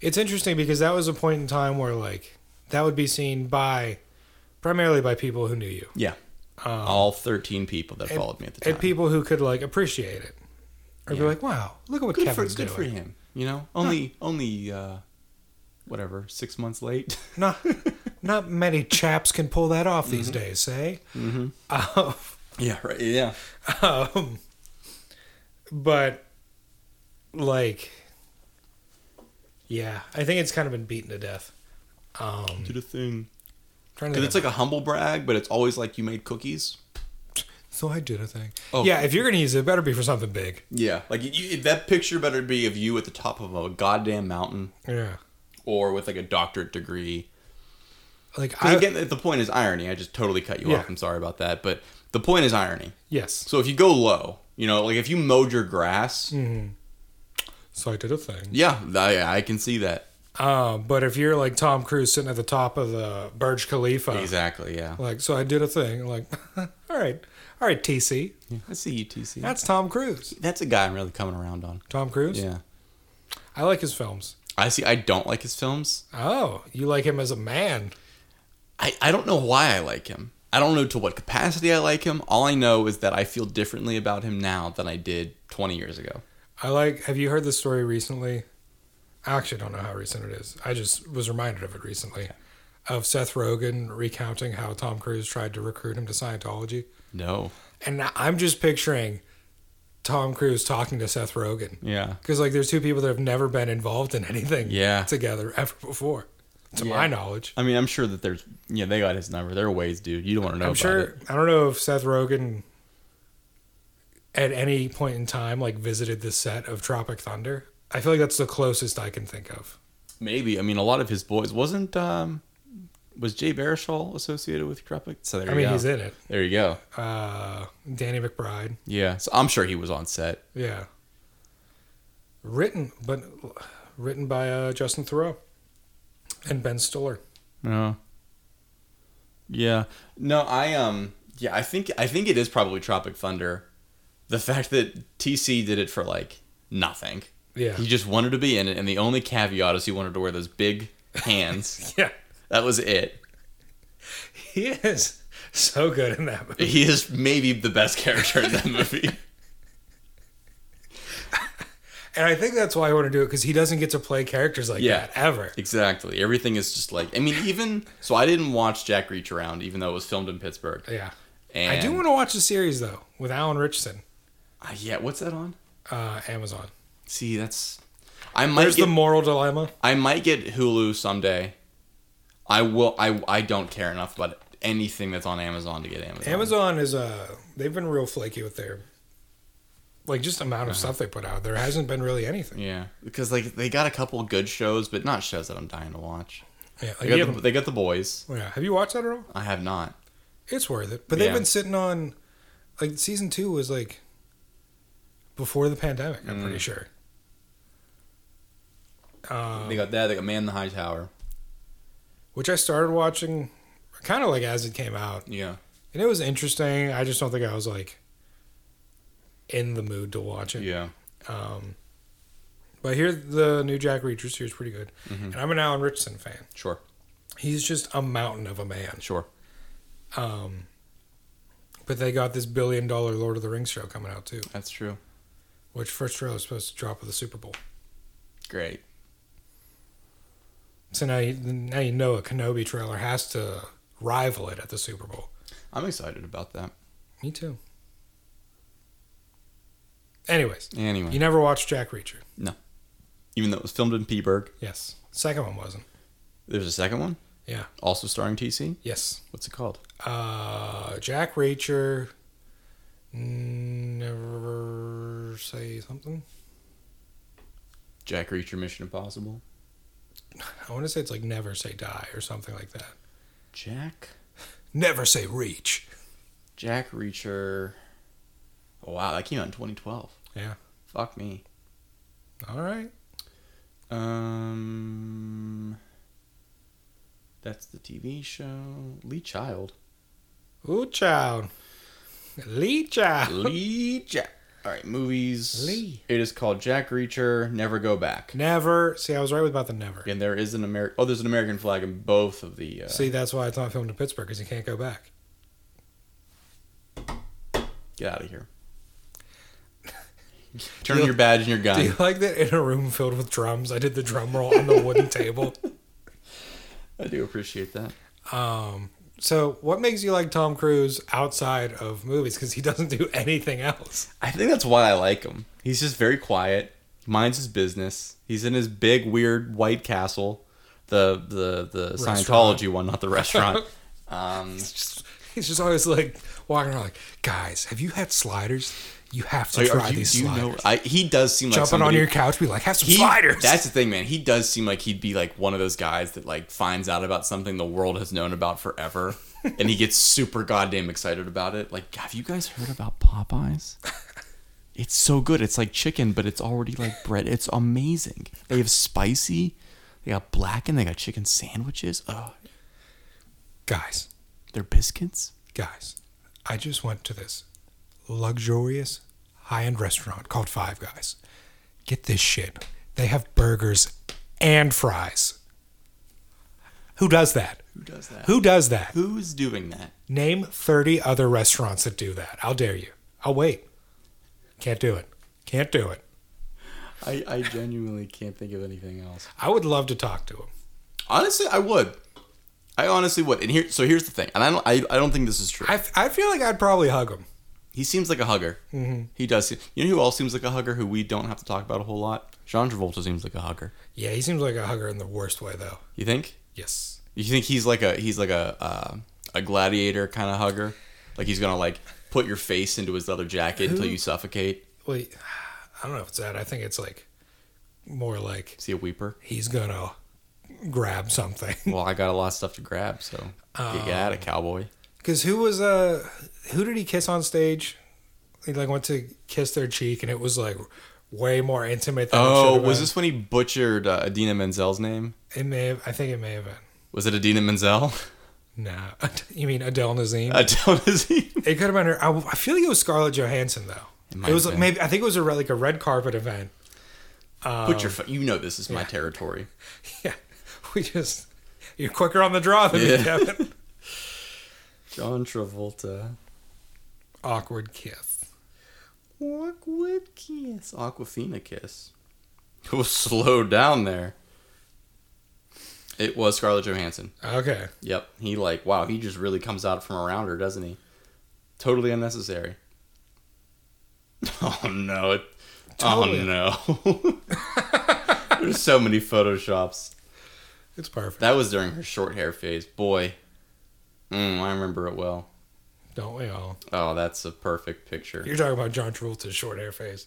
C: It's interesting because that was a point in time where, like, that would be seen by primarily by people who knew you
D: Yeah. All 13 people that followed me at the time.
C: Um, and people who could, like, appreciate it or be
D: Yeah.
C: like, wow, look at what
D: good
C: Kevin's
D: for, good for
C: doing.
D: him. You know, only only uh, whatever six months late.
C: [laughs]
D: [laughs]
C: Not, not many chaps can pull that off these days, eh? [laughs] Mm-hmm.
D: yeah, right. Yeah,
C: Um, but like, yeah, I think it's kind of been beaten to death. Um,
D: do the thing.
C: trying to think
D: Because Mm. it's like a humble brag, but it's always like you made cookies.
C: of- so I did a thing.
D: Oh.
C: Yeah, if you're gonna use it, it better be for something big.
D: Yeah, like you- you, that picture better be of you at the top of a goddamn mountain
C: Yeah,
D: or with like a doctorate degree.
C: like I
D: Because again, the point is irony. I just totally cut you
C: Yeah.
D: off. I'm sorry about that, but the point is irony.
C: yes.
D: So if you go low, you know, like if you mowed your grass,
C: Mm. So I did a thing.
D: yeah, I, I can see that
C: Uh, but if you're like Tom Cruise sitting at the top of the Burj Khalifa,
D: exactly. Yeah,
C: like so I did a thing. Like, [laughs] all right, all right, TC,
D: I see you, TC.
C: that's Tom Cruise.
D: That's a guy I'm really coming around on.
C: Tom Cruise.
D: Yeah.
C: I like his films.
D: I see. I don't like his films.
C: Oh, you like him as a man?
D: I, I don't know why I like him. I don't know to what capacity I like him. All I know is that I feel differently about him now than I did 20 years ago.
C: I like. Have you heard the story recently? I actually don't know how recent it is. I just was reminded of it recently, of Seth Rogen recounting how Tom Cruise tried to recruit him to Scientology,
D: No.
C: and I'm just picturing Tom Cruise talking to Seth Rogen
D: Yeah.
C: because like there's two people that have never been involved in anything
D: Yeah.
C: together ever before, to
D: Yeah.
C: my knowledge.
D: I mean, I'm sure that there's, yeah, they got his number. There are ways, dude. You don't want to know
C: I'm
D: about
C: sure.
D: it.
C: I don't know if Seth Rogen at any point in time like visited the set of Tropic Thunder. I feel like that's the closest I can think of.
D: Maybe. I mean, a lot of his boys wasn't, um, was Jay Baruchel associated with Tropic? So there
C: I
D: you
C: mean,
D: go.
C: he's in it.
D: There you go.
C: Uh, Danny McBride.
D: Yeah. So I'm sure he was on set.
C: Yeah. Written, but written by uh, Justin Thoreau and Ben Stiller.
D: No. Yeah. No, I um yeah, I think I think it is probably Tropic Thunder. The fact that TC did it for like nothing.
C: Yeah.
D: He just wanted to be in it and the only caveat is he wanted to wear those big [laughs] hands.
C: [laughs] Yeah,
D: that was it.
C: he is so good in that movie.
D: He is maybe the best character in that movie. [laughs]
C: And I think that's why I want to do it because he doesn't get to play characters like
D: Yeah.
C: that ever.
D: exactly. Everything is just like I mean even so I didn't watch Jack Reach Around even though it was filmed in Pittsburgh.
C: Yeah.
D: And
C: I do want to watch the series though with Alan Richardson,
D: uh, yeah, what's that on?
C: uh, Amazon.
D: See, that's I might
C: There's
D: get Oh.
C: the moral dilemma.
D: I might get Hulu someday. I will. I I don't care enough about anything that's on Amazon to get Amazon.
C: Amazon is uh they've been real flaky with their like just amount
D: Uh-huh.
C: of stuff they put out. There hasn't been really anything.
D: Yeah, because like they got a couple good shows, but not shows that I'm dying to watch.
C: Yeah, like,
D: They
C: you
D: got,
C: haven't-
D: the, they got the boys.
C: Yeah. Have you watched that at all?
D: I have not.
C: It's worth it. But they've
D: Yeah.
C: been sitting on like season two was like before the pandemic, I'm
D: Mm.
C: pretty sure. Uh,
D: they got that. They got Man in the High Tower.
C: Which I started watching kind of like as it came out.
D: Yeah,
C: And it was interesting. I just don't think I was like in the mood to watch it.
D: yeah.
C: Um but here the new Jack Reacher series is pretty good. And I'm an Alan Richardson fan.
D: Sure,
C: He's just a mountain of a man.
D: sure.
C: Um but they got this billion dollar Lord of the Rings show coming out too,
D: That's true.
C: which first trailer is supposed to drop at the Super Bowl.
D: Great.
C: So now you, now you know a Kenobi trailer has to rival it at the Super Bowl.
D: I'm excited about that.
C: Me too. Anyways,
D: Anyway,
C: you never watched Jack Reacher.
D: even though it was filmed in Peaburg,
C: Yes. Second one wasn't.
D: there's a second one.
C: Yeah.
D: Also starring TC.
C: Yes.
D: What's it called?
C: Uh, Jack Reacher Never say something.
D: Jack Reacher Mission Impossible.
C: I want to say it's like never say die or something like that.
D: Jack?
C: Never say reach.
D: Jack Reacher. Oh, wow, that came out in 2012.
C: Yeah.
D: Fuck me.
C: All right.
D: Um. That's the TV show. Lee
C: [laughs]
D: Child.
C: Ooh, child. Lee child.
D: Lee Jack. All right, movies.
C: Lee.
D: It is called Jack Reacher. Never go back.
C: Never. See, I was right about the never.
D: And there is an American. Oh, there's an American flag in both of the. Uh,
C: See, that's why it's not filmed in Pittsburgh because you can't go back.
D: Get out
C: [laughs]
D: of here. Turn in your badge and your gun.
C: Do you like that in a room filled with drums? I did the drum roll on the wooden table.
D: I do appreciate that.
C: Um, so, what makes you like Tom Cruise outside of movies? Because he doesn't do anything else.
D: I think that's why I like him. He's just very quiet. Minds his business. He's in his big weird white castle, the the the
C: Restaurant.
D: Scientology one, not
C: [laughs]
D: the restaurant. um,
C: Just- [laughs] he's just always like walking around, like, guys, have you had sliders? You have to
D: are- are
C: try
D: you-
C: these
D: do you
C: sliders.
D: know? I, he does seem like
C: Jumping
D: somebody-
C: on your couch, be like, have some
D: he,
C: sliders.
D: That's the thing, man. He does seem like he'd be like one of those guys that like finds out about something the world has known about [laughs] forever, and he gets super goddamn excited about it. Like, have you guys heard about [laughs] Popeyes? It's so good. It's like chicken, but it's already like bread. It's amazing. They have spicy, they got blackened, they got chicken sandwiches. Oh,
C: guys,
D: they're biscuits.
C: guys, I just went to this luxurious high end restaurant called Five Guys. Get this shit. They have burgers and fries. Who does that?
D: Who does that?
C: Who does that?
D: Who's doing that?
C: Name 30 other restaurants that do that. I'll dare you. I'll wait. Can't do it. Can't do it.
D: I, I genuinely can't think of anything else.
C: I would love to talk to him.
D: Honestly, I would. I honestly would. And here, so here's the thing. And I don't, I, I don't think this is true.
C: I, I feel like I'd probably hug him.
D: He seems like a hugger. Mm-hmm. He does. Seem, you know who else seems like a hugger? Who we don't have to talk about a whole lot. John Travolta seems like a hugger.
C: Yeah, he seems like a hugger in the worst way, though.
D: You think?
C: Yes.
D: You think he's like a he's like a uh, a gladiator kind of hugger? Like he's gonna like put your face into his leather jacket until you suffocate.
C: Wait, I don't know if it's that. I think it's like more like
D: Is he a weeper?
C: he's gonna grab something. [laughs]
D: Well, I got a lot of stuff to grab, so get out of cowboy.
C: Because who was uh who did he kiss on stage? He like went to kiss their cheek, and it was like way more intimate. Than it
D: Oh,
C: should've
D: was
C: been.
D: this when he butchered uh, Adina Menzel's name?
C: It may have. I think it may have been.
D: Was it Adina Menzel? [laughs]
C: Nah, [laughs] you mean Adele Nazim?
D: Adele Nazim.
C: it could have been her. I, I feel like it was Scarlett Johansson though.
D: It
C: It,
D: might
C: was
D: have
C: like
D: been.
C: maybe I think it was a re- like a red carpet event.
D: Put your. Fo- you know this is my territory.
C: Yeah, [laughs] we just you're quicker on the draw than me,
D: Yeah. [laughs]
C: Kevin.
D: John Travolta.
C: Awkward kiss.
D: Awkward kiss. Aquafina kiss. It was slow down there. It was Scarlett Johansson.
C: Okay,
D: Yep. He like wow, he just really comes out from around her, doesn't he? Totally unnecessary. [laughs] Oh no. It,
C: Totally.
D: Oh no. [laughs] There's so many photoshops.
C: it's perfect,
D: That was during her short hair phase. Boy. Mm, I remember it well.
C: don't we all?
D: Oh, that's a perfect picture.
C: You're talking about John Travolta's short hair phase.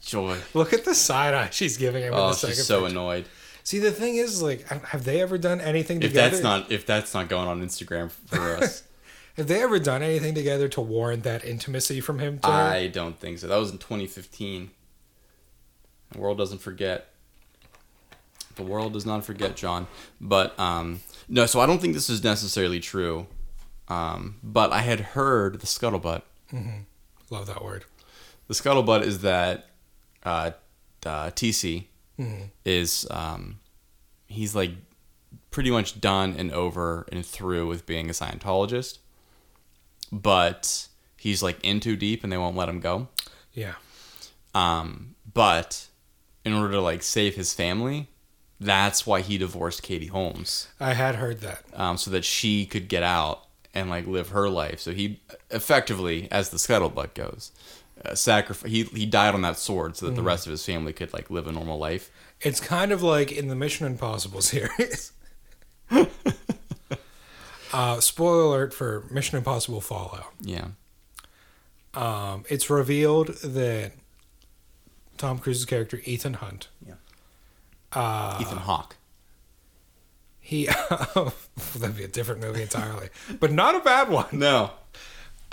D: Joy.
C: [laughs] Look at the side eye she's giving him. in
D: Oh,
C: the second
D: she's so
C: picture.
D: annoyed.
C: See, the thing is, like, have they ever done anything
D: if
C: together?
D: that's not if that's not going on Instagram
C: [laughs]
D: for us,
C: have they ever done anything together to warrant that intimacy from him? To her?
D: I don't think so. That was in 2015. The world doesn't forget. The world does not forget, John. But um, no, so I don't think this is necessarily true. Um, but I had heard the scuttlebutt.
C: Love that word.
D: The scuttlebutt is that uh, uh, TC is um, he's like pretty much done and over and through with being a Scientologist, but he's like in too deep and they won't let him go.
C: Yeah.
D: Um, but in order to like save his family, that's why he divorced Katie Holmes
C: I had heard that.
D: um, so that she could get out and like live her life. So he effectively, as the scuttlebutt goes, uh, sacrifice. He he died on that sword so that the rest of his family could like live a normal life.
C: It's [laughs]
D: [laughs]
C: kind of like in the Mission Impossible series. Uh, spoiler alert for Mission Impossible Fallout.
D: Yeah.
C: Um, it's revealed that Tom Cruise's character Ethan Hunt Uh,
D: Ethan Hawke.
C: he [laughs] oh, that'd be a different movie entirely, but not a bad one.
D: No.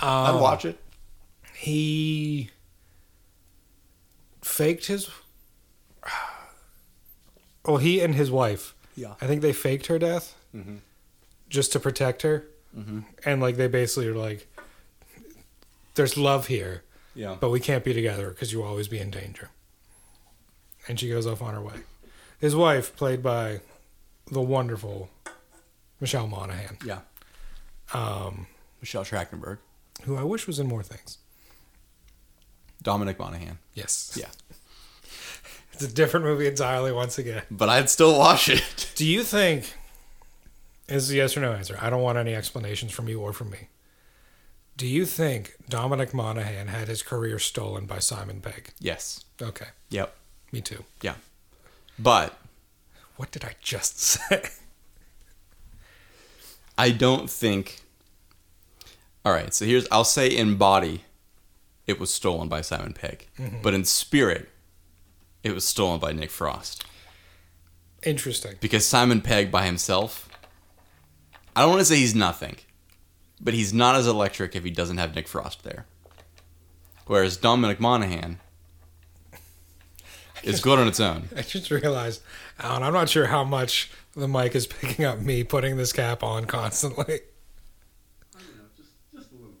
C: um,
D: I'd watch it.
C: he faked his well he and his wife
D: Yeah.
C: i think they faked her death just to protect her and like they basically are like there's love here
D: Yeah.
C: but we can't be together because you'll always be in danger and she goes off on her way his wife played by the wonderful michelle monaghan
D: yeah.
C: um,
D: Michelle Trachtenberg.
C: who i wish was in more things
D: Dominic [laughs] Monaghan.
C: yes
D: Yeah.
C: it's a different movie entirely once again
D: But I'd still watch it.
C: Do you think this is a yes or no answer? I don't want any explanations from you or from me. Do you think Dominic Monaghan had his career stolen by Simon Pegg?
D: yes.
C: Okay,
D: Yep.
C: me too.
D: Yeah. But
C: What did I just [laughs] say?
D: I don't think. All right, so here's I'll say in body, it was stolen by Simon Pegg, but in spirit, it was stolen by Nick Frost
C: Interesting.
D: because Simon Pegg by himself. I don't want to say he's nothing, but he's not as electric if he doesn't have Nick Frost there. Whereas Dominic Monaghan is good on its own.
C: [laughs] I just realized, Alan, I'm not sure how much the mic is picking up me putting this cap on constantly. [laughs]
E: I don't know, just, just a little.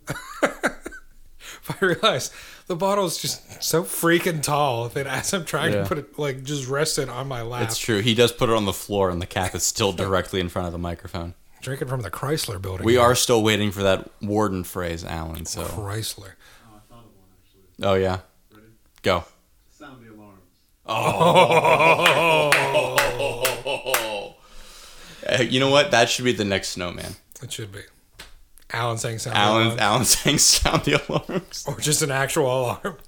C: I realize the bottle's just so freaking tall that as I'm trying
D: Yeah.
C: to put it, like, just rest it on my lap.
D: It's true. He does put it on the floor, and the cap is still directly in front of the microphone.
C: Drinking from the Chrysler building.
D: We are still waiting for that warden phrase, Alan. So,
C: Chrysler.
E: Oh, I thought of one actually.
D: oh yeah,
E: Ready?
D: go.
E: Sound the alarms.
C: Oh.
D: Uh, you know what? That should be the next snowman.
C: It should be. Alan saying sound
D: Alan,
C: alarm.
D: Alan saying [laughs] sound the alarms.
C: or just an actual alarm. [laughs]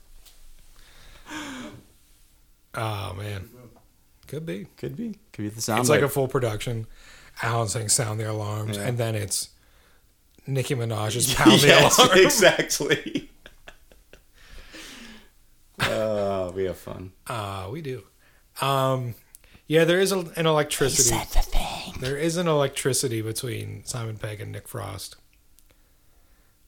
C: Oh man, could be.
D: Could be. Could be the sound.
C: It's like a full production. Alan saying sound the alarms, and then it's Nicki
D: [laughs]
C: Minaj's pound
D: yes,
C: the alarm. [laughs]
D: exactly. Oh, we have fun.
C: Uh, we do. Um, yeah, there is a, an electricity. There is an electricity between Simon Pegg and Nick Frost.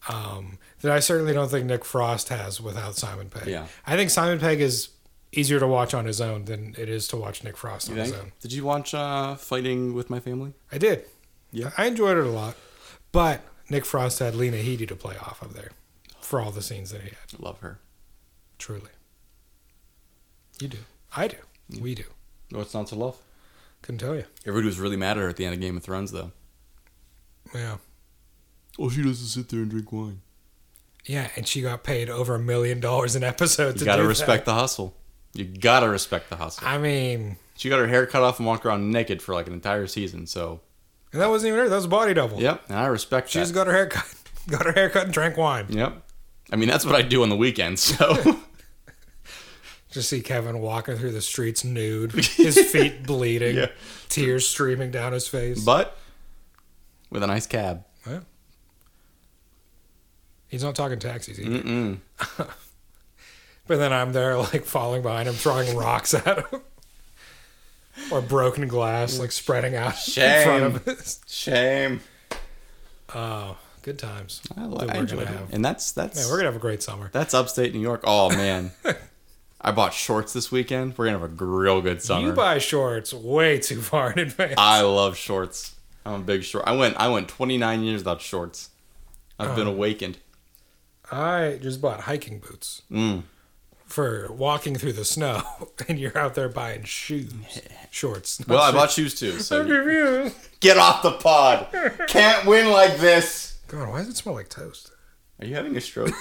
C: Um, that I certainly don't think Nick Frost has without Simon Pegg.
D: Yeah.
C: I think Simon Pegg is easier to watch on his own than it is to watch Nick Frost on his own.
D: Did you watch uh, Fighting with My Family?
C: I did.
D: Yeah.
C: I enjoyed it a lot. But Nick Frost had Lena Headey to play off of there for all the scenes that he had.
D: Love her.
C: Truly. You do. I do. We do.
D: What's not to love?
C: Couldn't tell you.
D: Everybody was really mad at her at the end of Game of Thrones, though.
C: Yeah.
D: All she does is sit there and drink wine.
C: Yeah, and she got paid over a million dollars an episode.
D: You
C: to
D: gotta
C: do
D: respect the hustle. You gotta respect the hustle.
C: That. I mean,
D: She got her hair cut off and walked around naked for like an entire season. So,
C: and that wasn't even her. That was a body double.
D: yep, and I respect
C: She
D: that.
C: just got her hair cut, [laughs] got her hair cut, and drank wine.
D: yep. I mean, that's what I do on the weekends. [laughs] So,
C: Just see Kevin walking through the streets
D: [laughs]
C: nude, his feet bleeding,
D: Yeah.
C: tears streaming down his face.
D: but with a nice cab.
C: Yeah. He's not talking taxis either.
D: Mm-mm.
C: [laughs] But then I'm there, like, falling behind him, throwing rocks at him. Or broken glass, like, spreading out in front of us. [laughs]
D: Shame.
C: Oh, good times.
D: I,
C: That
D: li-
C: we're
D: I enjoyed
C: gonna
D: it.
C: have.
D: And that's that's
C: Man, we're gonna have a great summer.
D: that's upstate New York. Oh
C: [laughs]
D: man, I bought shorts this weekend. We're gonna have a real good summer.
C: You buy shorts way too far in advance.
D: I love shorts. I'm a big short. I went I went 29 years without shorts. I've
C: Oh.
D: been awakened.
C: I just bought hiking boots
D: Mm.
C: for walking through the snow, [laughs] and you're out there buying
D: [laughs]
C: shoes, shorts.
D: Well, I bought shoes too.
C: [laughs]
D: So [laughs]
C: reviews.
D: Get off the pod. Can't win like this.
C: God, why does it smell like toast?
D: Are you having a stroke?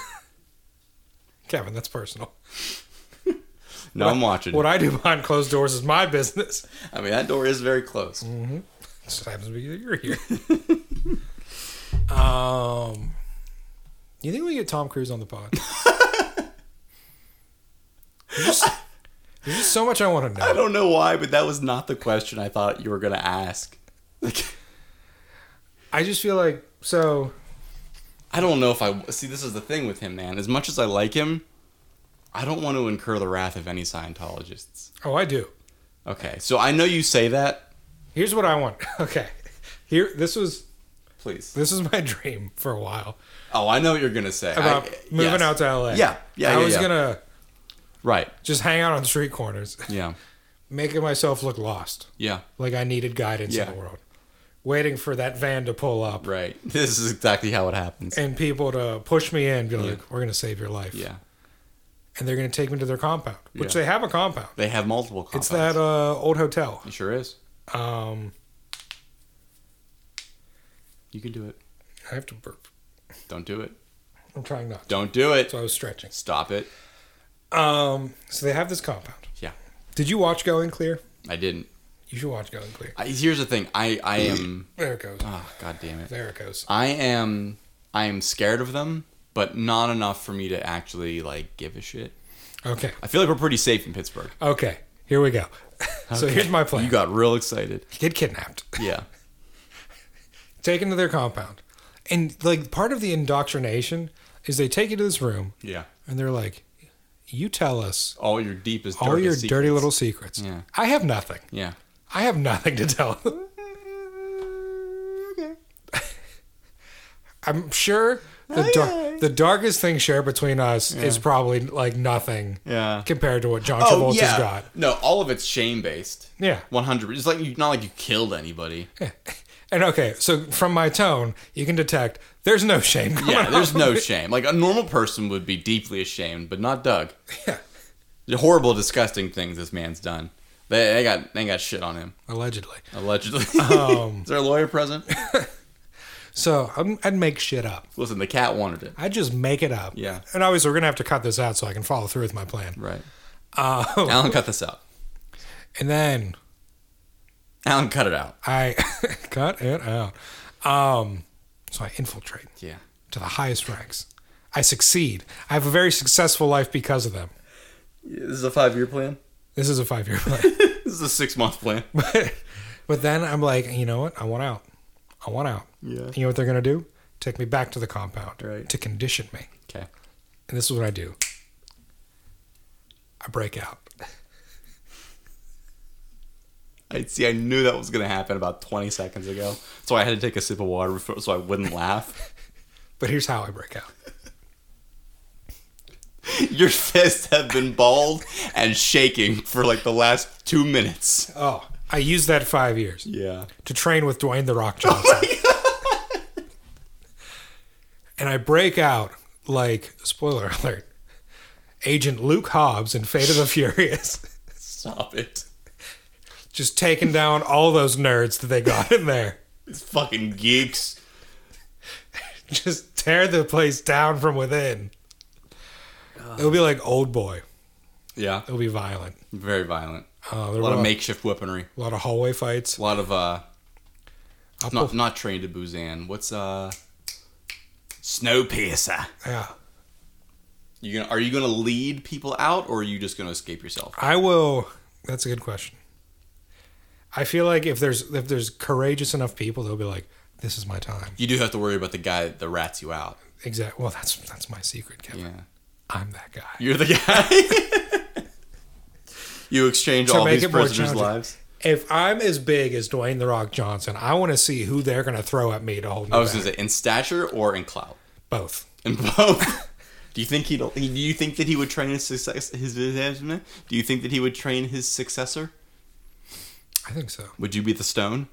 C: Kevin, that's personal.
D: [laughs] No, I'm watching.
C: What I do behind closed doors is my business.
D: I mean, that door is very close.
C: Mm. It just happens to be that you're here.
D: [laughs]
C: um, you think we get Tom Cruise on the
D: [laughs]
C: pod? there's, just, there's just so much I want to know.
D: I don't know why, but that was not the question I thought you were going to ask. Like,
C: I just feel like so
D: I don't know if I see. This is the thing with him, man. As much as I like him, I don't want to incur the wrath of any Scientologists.
C: oh I do.
D: Okay, so I know you say that.
C: Here's what I want. [laughs] Okay. Here this was
D: Please.
C: this was my dream for a while
D: Oh, I know what you're gonna say.
C: about
D: I-
C: moving
D: yes.
C: out to LA.
D: Yeah,
C: I
D: yeah, yeah,
C: was
D: yeah.
C: going to
D: Right.
C: just hang out on street corners,
D: Yeah.
C: making myself look lost.
D: Yeah.
C: Like I needed guidance
D: Yeah.
C: in the world. Waiting for that van to pull up
D: Right. [laughs] This is exactly how it happens.
C: and people to push me in, be like,
D: Yeah.
C: we're going to save your life.
D: yeah.
C: And they're going to take me to their compound, which
D: Yeah.
C: they have a compound.
D: They have multiple.
C: It's
D: Compounds.
C: that uh, old hotel.
D: it sure is.
C: Um,
D: You can do it.
C: I have to burp.
D: Don't do it.
C: I'm trying not to.
D: Don't do it.
C: So I was stretching.
D: Stop it.
C: Um, so they have this compound.
D: Yeah.
C: Did you watch Going Clear?
D: I didn't.
C: You should watch Going Clear.
D: I, here's the thing. I I
C: [laughs]
D: am.
C: There it goes.
D: Oh, God damn it.
C: There it goes.
D: I am. I am scared of them, but not enough for me to actually like give a shit.
C: Okay.
D: I feel like we're pretty safe in Pittsburgh.
C: Okay. Here we go. [laughs] so
D: Okay.
C: here's my plan.
D: You got real excited.
C: Get kidnapped.
D: Yeah.
C: taken to their compound. And like part of the indoctrination is they take you to this room
D: Yeah.
C: and they're like, You tell us
D: All your deepest.
C: all your
D: darkest
C: dirty
D: secrets.
C: little secrets.
D: Yeah.
C: I have nothing.
D: Yeah.
C: I have nothing to
D: [laughs]
C: tell them. I'm sure the dar- the darkest thing shared between us is probably like nothing
D: Yeah.
C: compared to what John
D: Oh
C: [laughs] Travolta's
D: yeah.
C: got.
D: No, all of it's shame based.
C: Yeah.
D: One hundred. It's like you, not like you
C: [laughs]
D: killed anybody.
C: And okay, so from my tone, you can detect there's no shame. Coming
D: Yeah. There's
C: off of
D: no
C: it.
D: shame. Like a normal person would be deeply ashamed, but not Doug.
C: Yeah.
D: The horrible, disgusting things this man's done. They, they got they got shit on him
C: [laughs] allegedly.
D: allegedly. [laughs] is there a lawyer present?
C: So I'm, I'd make shit up.
D: Listen, the cat wanted it.
C: I just make it up.
D: Yeah.
C: And obviously, we're going to have to cut this out so I can follow through with my plan.
D: Right.
C: Uh,
D: Alan, cut this out.
C: [laughs] and then
D: Alan, cut it out.
C: I [laughs] cut it out. Um, so I infiltrate
D: Yeah.
C: to the highest ranks. I succeed. I have a very successful life because of them.
D: This is a five year plan.
C: This is a five year
D: [laughs]
C: plan.
D: This is a six month plan.
C: but, but then I'm like, you know what? I want out. I want out.
D: Yeah.
C: You know what they're going to do? Take me back to the compound
D: Right.
C: to condition me.
D: Okay.
C: And this is what I do I break out. [laughs]
D: I see. I knew that was gonna happen about twenty seconds ago, so I had to take a sip of water before, so I wouldn't laugh. [laughs]
C: But here's how I break out.
D: Your fists have been balled and shaking for like the last two minutes.
C: Oh, I used that five years
D: Yeah.
C: to train with Dwayne the Rock
D: Oh
C: Johnson. and I break out like spoiler [laughs] alert, Agent Luke Hobbs in Fate of the Furious, [laughs]
D: Stop it.
C: just taking down all those nerds that they got in there. [laughs]
D: It's fucking geeks.
C: Just tear the place down from within. It'll be like Old Boy.
D: Yeah.
C: It'll be violent.
D: Very violent.
C: Uh,
D: A lot of makeshift weaponry.
C: a lot of hallway fights.
D: A lot of uh.
C: I'll
D: Not
C: pull-
D: not trained to Busan. What's uh? Snowpiercer.
C: yeah.
D: You gonna are you gonna lead people out or are you just gonna escape yourself?
C: I will. That's a good question. I feel like if there's if there's courageous enough people, they'll be like, "This is my time."
D: You do have to worry about the guy that rats you out.
C: Exactly. Well, that's that's my secret, Kevin.
D: Yeah,
C: I'm that guy.
D: you're the [laughs] guy. you exchange
C: To
D: all
C: make
D: these
C: it more
D: prisoners'
C: challenging.
D: lives.
C: If I'm as big as Dwayne the Rock Johnson, I want to see who they're going to throw at me to hold me
D: I was
C: back.
D: gonna say in stature or in clout,
C: Both.
D: in both. [laughs] do you think he? Do you think that he would train his success? His do you think that he would train his successor?
C: I think so.
D: Would you be the stone?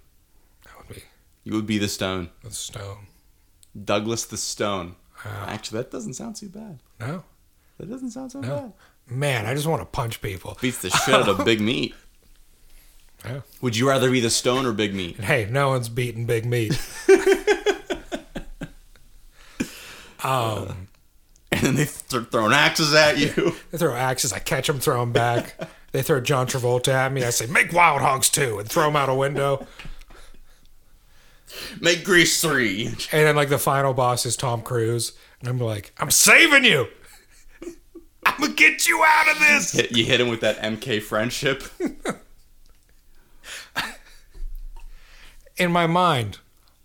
C: That would be
D: You would be the stone,
C: the stone.
D: Douglas the stone.
C: Ah.
D: Actually, that doesn't sound too bad.
C: No,
D: That doesn't sound so bad.
C: no. Man, I just want to punch people.
D: Beats the shit out of [laughs] Big Meat.
C: Yeah.
D: Would you rather be the stone or Big Meat? [laughs]
C: And hey, no one's beating Big Meat. um,
D: And then they start throwing axes at [laughs] you.
C: They throw axes. I catch them, throw them back. they throw John Travolta at me. I say, make wild hogs too, and throw them out a window.
D: Make Grease 3.
C: And then, like, the final boss is Tom Cruise. And I'm like, I'm saving you. [laughs] I'm going to get you out of this.
D: Hit- You hit him with that MK [laughs] friendship.
C: In my mind,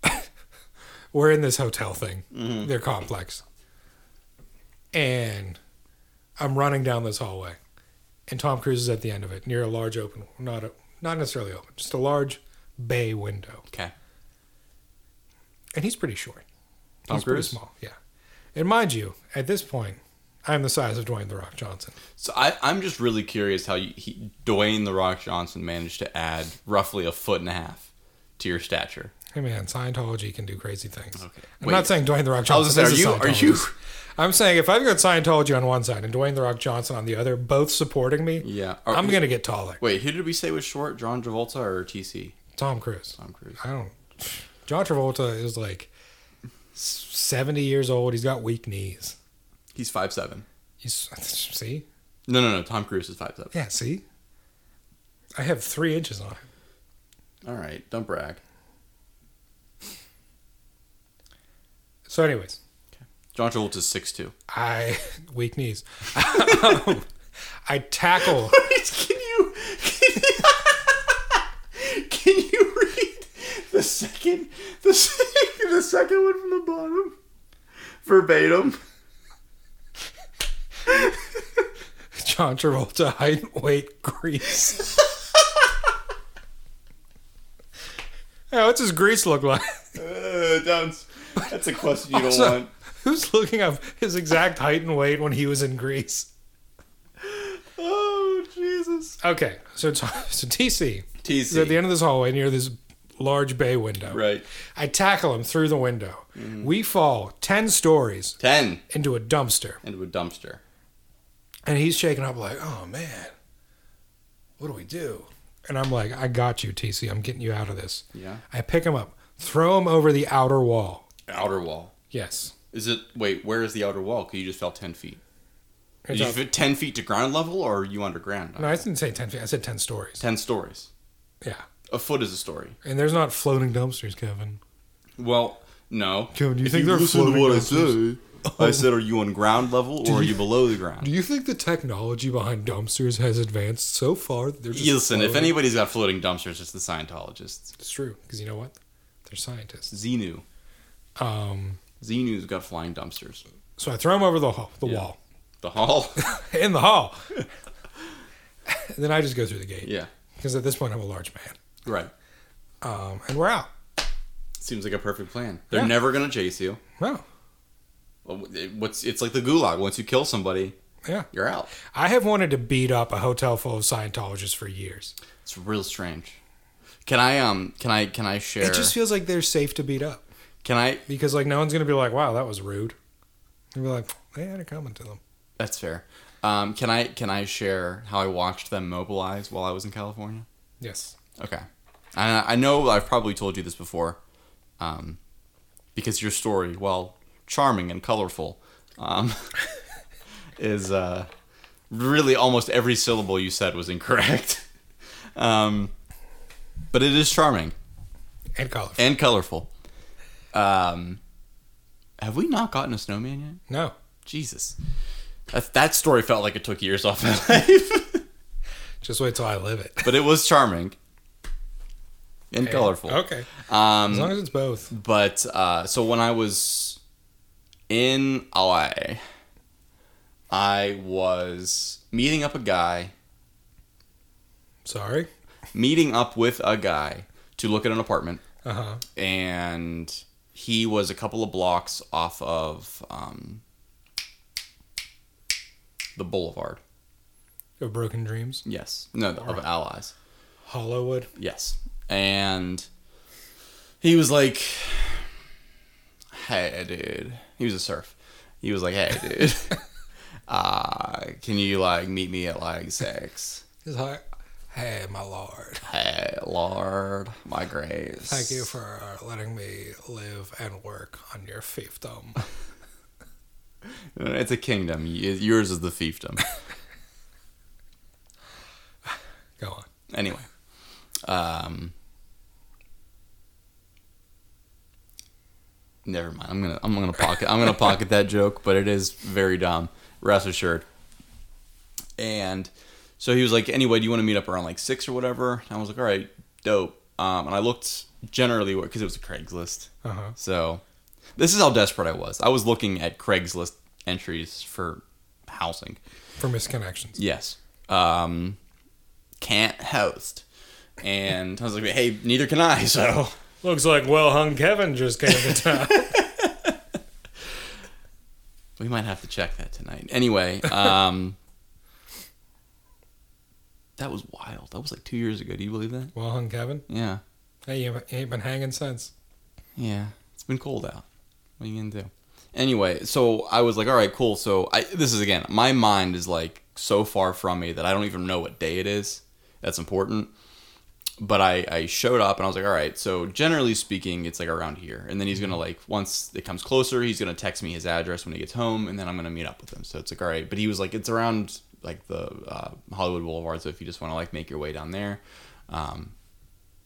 C: [laughs] we're in this hotel thing.
D: Mm-hmm.
C: They're complex. And I'm running down this hallway. And Tom Cruise is at the end of it, near a large open not a, not necessarily open, just a large bay window.
D: Okay.
C: And he's pretty short.
D: Tom
C: he's pretty
D: Cruise?
C: small, yeah. And mind you, at this point, I'm the size of Dwayne the Rock Johnson.
D: So I, I'm just really curious how you, he, Dwayne the Rock Johnson managed to add roughly a foot and a half to your stature.
C: Hey man, Scientology can do crazy things.
D: Okay.
C: I'm
D: Wait.
C: not saying Dwayne the Rock
D: I was
C: Johnson.
D: gonna
C: is a
D: say, are you- are you-
C: Scientologist. I'm saying if I've got Scientology on one side and Dwayne the Rock Johnson on the other, both supporting me,
D: Yeah. Are-
C: I'm gonna get taller.
D: Wait, who did we say was short? John Travolta or TC?
C: Tom Cruise.
D: Tom Cruise.
C: I don't. John Travolta is like 70 years old. He's got weak knees.
D: He's five seven.
C: He's [laughs] see,
D: No, no, no. Tom Cruise is five seven.
C: yeah, see. I have three inches on him.
D: All right, don't brag.
C: So, anyways,
D: John Travolta's six two.
C: I [laughs] weak knees. I tackle.
D: can you can you, [laughs] can you read the second the second, the second one from the bottom verbatim?
C: John Travolta height, weight, [laughs] grease. yeah, what's his grease look like? [laughs]
D: Uh, that's, that's a question you don't
C: So,
D: want.
C: who's looking up his exact height and weight when he was in Greece?
D: [laughs] Oh Jesus!
C: Okay, so t- [laughs] so TC is
D: TC.
C: at the end of this hallway near this large bay window.
D: right.
C: I tackle him through the window. We fall ten stories
D: Ten
C: into a dumpster,
D: into a dumpster.
C: and he's shaking up like, "Oh man, what do we do?" And I'm like, "I got you, TC. I'm getting you out of this."
D: Yeah.
C: I pick him up, throw him over the outer wall.
D: Outer wall.
C: Yes.
D: Is it? Wait, where is the outer wall? Because you just fell ten feet. Did
C: It's
D: you
C: up-
D: fit ten feet to ground level, or are you underground?
C: no, I didn't say 10 feet. I said 10 stories.
D: Ten stories.
C: Yeah.
D: A foot is a story.
C: And there's not floating dumpsters, Kevin.
D: Well, no.
C: Kevin, do you think they're
D: listen to
C: floating
D: what I
C: dumpsters?
D: said? I said, are you on ground level or are you below the ground?
C: Do you think the technology behind dumpsters has advanced so far that they're just.
D: Listen, if
C: floating?
D: anybody's got floating dumpsters, it's the Scientologists.
C: It's true, because you know what? They're scientists.
D: Xenu.
C: Um,
D: Xenu's got flying dumpsters.
C: so I throw him over the, hall, the wall. [laughs]
D: The hall. [laughs]
C: In the hall. [laughs] And then I just go through the gate.
D: yeah.
C: Because at this point, I'm a large man.
D: Right.
C: Um, and we're out.
D: Seems like a perfect plan. They're
C: Yeah.
D: never gonna chase you.
C: No.
D: Well, it- What's it's like the gulag. Once you kill somebody,
C: Yeah.
D: you're out.
C: I have wanted to beat up a hotel full of Scientologists for years.
D: It's real strange. Can I um? Can I can I share?
C: It just feels like they're safe to beat up.
D: can I?
C: because like no one's gonna be like, "Wow, that was rude." You'll be like, "They had it coming to them."
D: That's fair. Um, can I can I share how I watched them mobilize while I was in California?
C: Yes.
D: Okay. And I I know I've probably told you this before, um, because your story, while charming and colorful, um, [laughs] is uh, really almost every syllable you said was incorrect. [laughs] um, but it is charming
C: And college.
D: and colorful. Um, have we not gotten a snowman yet?
C: No.
D: Jesus. That, that story felt like it took years off my [laughs] life.
C: Just wait till I live it.
D: but it was charming and colorful.
C: Okay.
D: Um,
C: As long as it's both.
D: But uh, so when I was in LA, I was meeting up a guy,
C: Sorry.
D: meeting up with a guy to look at an apartment,
C: Uh huh.
D: and he was a couple of blocks off of um, the Boulevard.
C: Of broken dreams.
D: Yes, no, of Allies.
C: Hollywood.
D: Yes. And he was like, hey, dude. He was a surf. He was like, hey,
C: [laughs]
D: dude. uh, can you, like, meet me at, like, six?
C: It's like, hey, my lord,
D: Hey, Lord, my grace.
C: thank you for letting me live and work on your fiefdom.
D: It's a kingdom. Y- Yours is the fiefdom.
C: Go on.
D: anyway. Um... Never mind. I'm gonna I'm gonna pocket I'm gonna pocket that joke, but it is very dumb. Rest assured. And so he was like, anyway, do you want to meet up around like six or whatever? And I was like, all right, dope. Um, and I looked generally because it was a Craigslist,
C: Uh huh.
D: so This is how desperate I was. I was looking at Craigslist entries for housing.
C: for misconnections.
D: Yes. Um, can't host. And I was like, hey, neither can I. So
C: Looks like well hung Kevin just came to town. [laughs]
D: we might have to check that tonight. Anyway, um, that was wild. That was like two years ago. Do you believe that?
C: well hung Kevin.
D: Yeah.
C: Hey, you ain't been hanging since.
D: Yeah, it's been cold out. What are you gonna do? Anyway, so I was like, all right, cool. So I this is again, my mind is like so far from me that I don't even know what day it is. That's important. But I, I showed up and I was like, all right, so generally speaking, it's like around here. And then he's
C: Mm-hmm.
D: gonna like once it comes closer, he's gonna text me his address when he gets home, and then I'm gonna meet up with him. So it's like all right. But he was like, it's around like the uh, Hollywood Boulevard, so if you just wanna like make your way down there, um,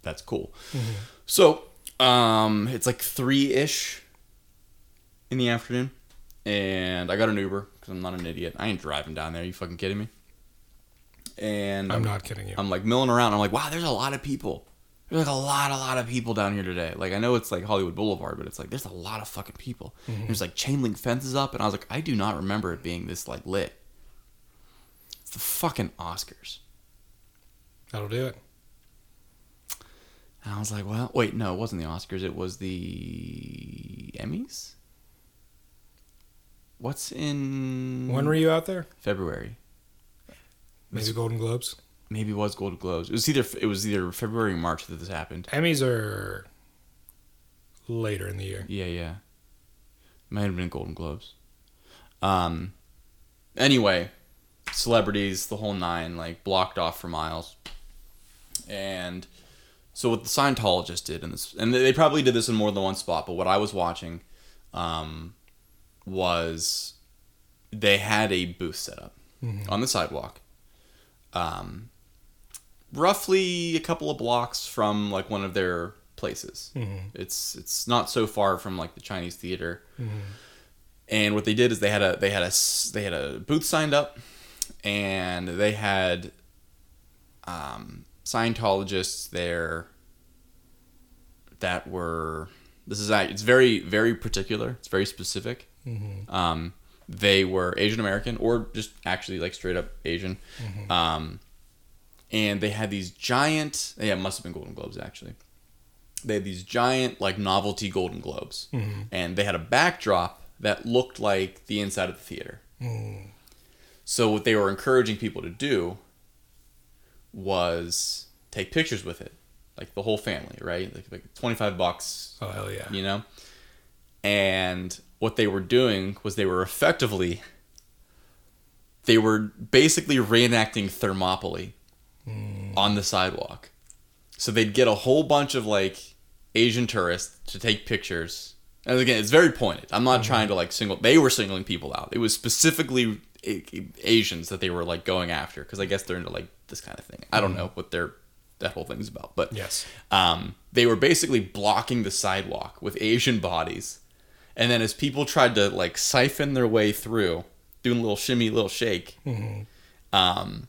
D: that's cool.
C: Mm-hmm.
D: So, um, it's like three ish in the afternoon, and I got an Uber because I'm not an idiot. I ain't driving down there. you fucking kidding me? And
C: I'm not kidding you.
D: I'm like milling around. I'm like, wow, there's a lot of people. There's like a lot, a lot of people down here today. Like I know it's like Hollywood Boulevard, but it's like there's a lot of fucking people. There's like chain link fences up, and I was like, I do not remember it being this like lit. It's the fucking Oscars.
C: That'll do it.
D: And I was like, well, wait, no, it wasn't the Oscars. It was the Emmys? What's in
C: When were you out there?
D: February?
C: Maybe Golden Globes.
D: Maybe it was Gold Globes. It was either it was either February or March that this happened.
C: Emmys are later in the year.
D: Yeah, yeah. Might have been Golden Globes. Um anyway, celebrities, the whole nine, like blocked off for miles. And so what the Scientologist did in this and they probably did this in more than one spot, but what I was watching um was they had a booth set up on the sidewalk. Um roughly a couple of blocks from like one of their places. It's it's not so far from like the Chinese theater. And what they did is they had a they had a s- they had a booth signed up, and they had um, Scientologists there that were this is act- it's very very particular. It's very specific. Um, they were Asian American or just actually like straight up Asian. Um, and they had these giant yeah it must have been golden globes actually they had these giant like novelty golden globes and they had a backdrop that looked like the inside of the theater so what they were encouraging people to do was take pictures with it like the whole family right like, like 25 bucks
C: Oh hell yeah!
D: you know and what they were doing was they were effectively they were basically reenacting thermopylae on the sidewalk so they'd get a whole bunch of like asian tourists to take pictures and again it's very pointed i'm not trying to like single they were singling people out it was specifically A- A- asians that they were like going after because i guess they're into like this kind of thing i don't know what their that whole thing's about but
C: Yes.
D: um, they were basically blocking the sidewalk with Asian bodies. And then as people tried to like siphon their way through, doing a little shimmy, little shake,
C: Mm-hmm.
D: um,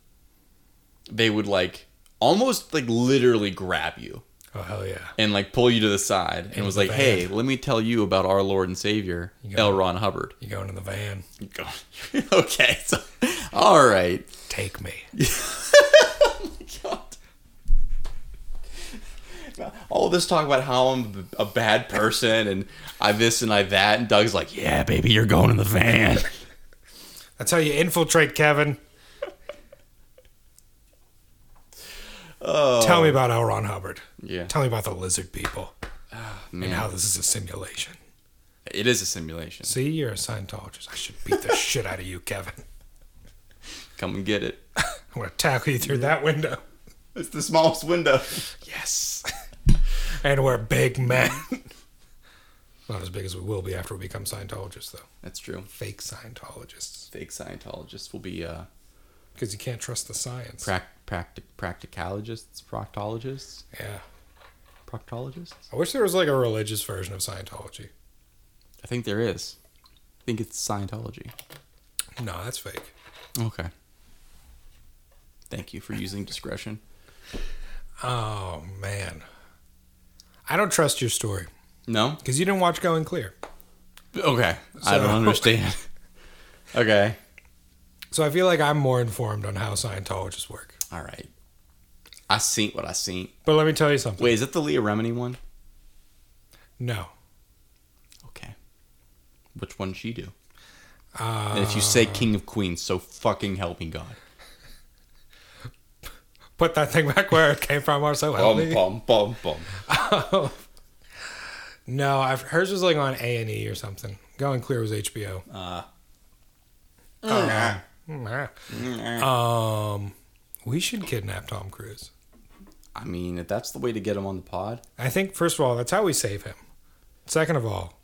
D: they would like almost like literally grab you
C: Oh hell yeah!
D: and like pull you to the side and, was
C: the
D: like,
C: van.
D: "Hey, let me tell you about our Lord and Savior,
C: got
D: L.
C: it.
D: Ron Hubbard."
C: You going in the van?
D: Go- [laughs] okay, so, all right.
C: Take me.
D: God. All this talk about how I'm a bad person and I this and I that, and Doug's like, "Yeah, baby, you're going in the van."
C: That's how you infiltrate, Kevin. Tell me about L. Ron Hubbard.
D: [laughs] Oh. Yeah. Ah,
C: Tell me about the lizard people and how
D: Man,
C: this is a simulation.
D: it is a simulation.
C: See, you're a Scientologist. I should beat the [laughs] shit out of you, Kevin.
D: Come and get it.
C: I'm gonna tackle you through that window.
D: [laughs] It's the smallest window.
C: Yes. and we're big men. [laughs] Not as big as we will be after we become Scientologists, though.
D: That's true.
C: Fake Scientologists.
D: Fake Scientologists will be uh,
C: Because you can't trust the science.
D: prac- practic- practicologists, proctologists,
C: yeah.
D: proctologists.
C: I wish there was like a religious version of Scientology.
D: I think there is. I think it's Scientology.
C: No, that's fake.
D: Okay. Thank you for using discretion.
C: Oh, man. I don't trust your story
D: No,
C: because you didn't watch Going Clear.
D: Okay. I don't
C: So-
D: [laughs] understand. okay.
C: So I feel like I'm more informed on how Scientologists work.
D: All right. I seen what I seen.
C: But let me tell you something.
D: Wait, is that the Leah Remini one?
C: No.
D: Okay. Which one she do? and if you say
C: Uh,
D: King of Queens, so fucking help me God.
C: Put that thing back where it came from or so help
D: Bum
C: me.
D: bum bum bum.
C: [laughs] No, I've, hers was like on A and E or something. Going Clear was HBO.
D: Ah.
C: Nah.
D: I
C: Mm-hmm. Um, We should kidnap Tom Cruise.
D: mean, if that's the way to get him on the pod,
C: I think first of all, that's how we save him. Second of all,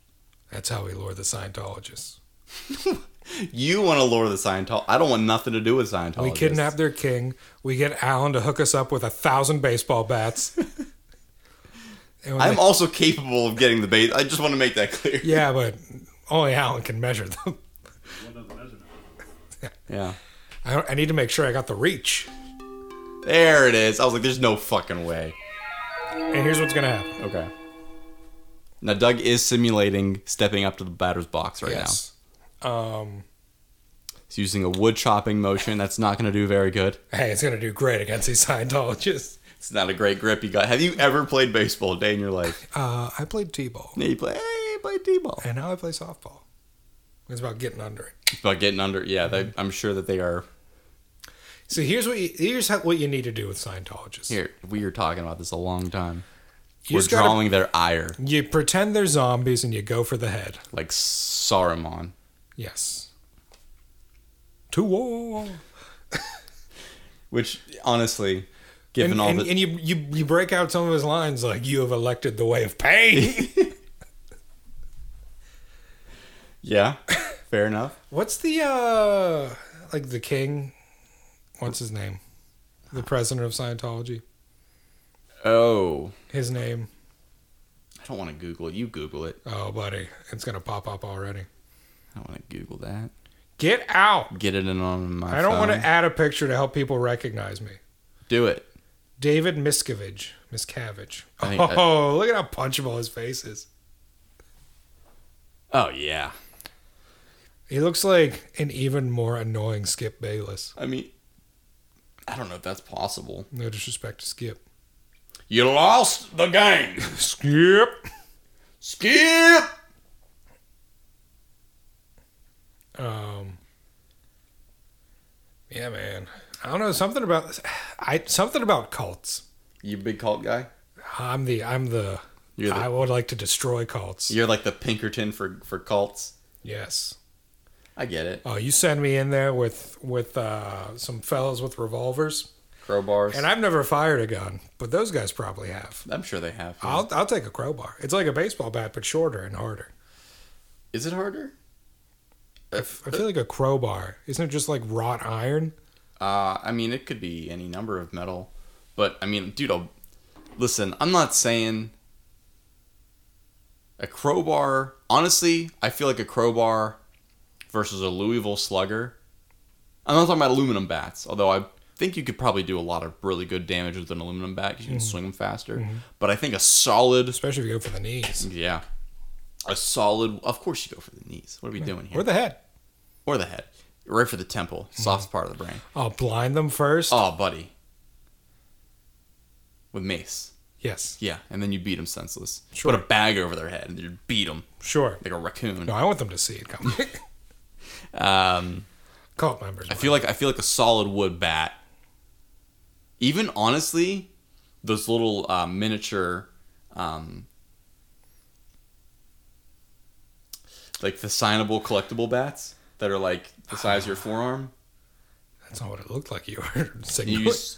C: that's how we lure the Scientologists.
D: you want to lure the Scientology. I don't want nothing to do with Scientology.
C: We kidnap their king. We get Alan to hook us up with a thousand baseball bats. And when
D: I'm
C: they-
D: also capable of getting the bait. I just want to make that clear.
C: yeah, but only Alan can measure them.
E: One doesn't measure now.
D: Yeah.
C: I, don't, I need to make sure I got the reach.
D: There it is. I was like, there's no fucking way.
C: And here's what's gonna happen.
D: Okay. Now Doug is simulating stepping up to the batter's box right
C: Yes. Um,
D: now. He's using a wood chopping motion. That's not going to do very good.
C: hey, it's gonna do great against these Scientologists.
D: It's not a great grip you got. Have you ever played baseball a day in your [laughs] life?
C: Uh, I played t-ball,
D: Yeah, you play. Hey, play t-ball.
C: and now I play softball. It's about getting under it.
D: It's about getting under. Yeah, they, I'm sure that they are.
C: So here's what you, here's how, what you need to do with Scientologists.
D: Here, we were talking about this a long time.
C: you
D: we're
C: just gotta-
D: drawing their ire,
C: you pretend they're zombies and you go for the head.
D: like Saruman.
C: Yes. To war.
D: Which, honestly, given
C: And,
D: all
C: and,
D: the
C: and you, you you break out some of his lines like you have elected the way of
D: [laughs]
C: pain. [laughs]
D: yeah, fair enough.
C: What's the uh like the king? What's his name? The president of Scientology.
D: Oh,
C: His name.
D: I don't want to Google it. You Google it.
C: Oh, buddy, it's gonna pop up already.
D: I don't want to Google that.
C: Get out!
D: Get it in on my.
C: I don't want to
D: phone.
C: add a picture to help people recognize me.
D: Do it.
C: David Miscavige, Miscavige. [laughs]
D: I think I-
C: Oh, look at how punchable his face is.
D: Oh yeah.
C: He looks like an even more annoying Skip Bayless.
D: I mean, I don't know if that's possible.
C: No disrespect to Skip.
D: You lost the game.
C: Skip.
D: Skip.
C: Um. Yeah, man. I don't know something about I something about cults.
D: You big cult guy.
C: I'm the I'm the,
D: You're the-
C: I would like to destroy cults.
D: You're like the Pinkerton for for cults.
C: Yes.
D: I get it.
C: Oh, you send me in there with with uh, some fellows with revolvers,
D: Crowbars.
C: and I've never fired a gun, but those guys probably have.
D: I'm sure they have.
C: I'll I'll take a crowbar. It's like a baseball bat, but shorter and harder.
D: Is it harder?
C: I feel like a crowbar isn't it just like wrought iron?
D: Uh, I mean, it could be any number of metal, but I mean, dude, I'll, listen, I'm not saying a crowbar. Honestly, I feel like a crowbar versus a Louisville Slugger. I'm not talking about aluminum bats, although I think you could probably do a lot of really good damage with an aluminum bat. 'cause You can swing them faster, but I think a solid,
C: Especially if you go for the knees
D: yeah, a solid. Of course, you go for the knees. What are we doing here?
C: or the head.
D: or the head, right for the temple, soft part of the brain.
C: I'll blind them first.
D: Oh, buddy. With mace.
C: Yes,
D: Yeah, and then you beat them senseless.
C: Sure.
D: Put a bag over their head and you beat them
C: sure.
D: like a raccoon.
C: No, I want them to see it
D: [laughs]
C: coming.
D: Um,
C: Cult members.
D: I feel like I feel like a solid wood bat. Even honestly, those little uh, miniature, um, like the signable collectible bats that are like the size of your forearm.
C: that's not what it looked like. You were [laughs]
D: You
C: signaling.
D: use,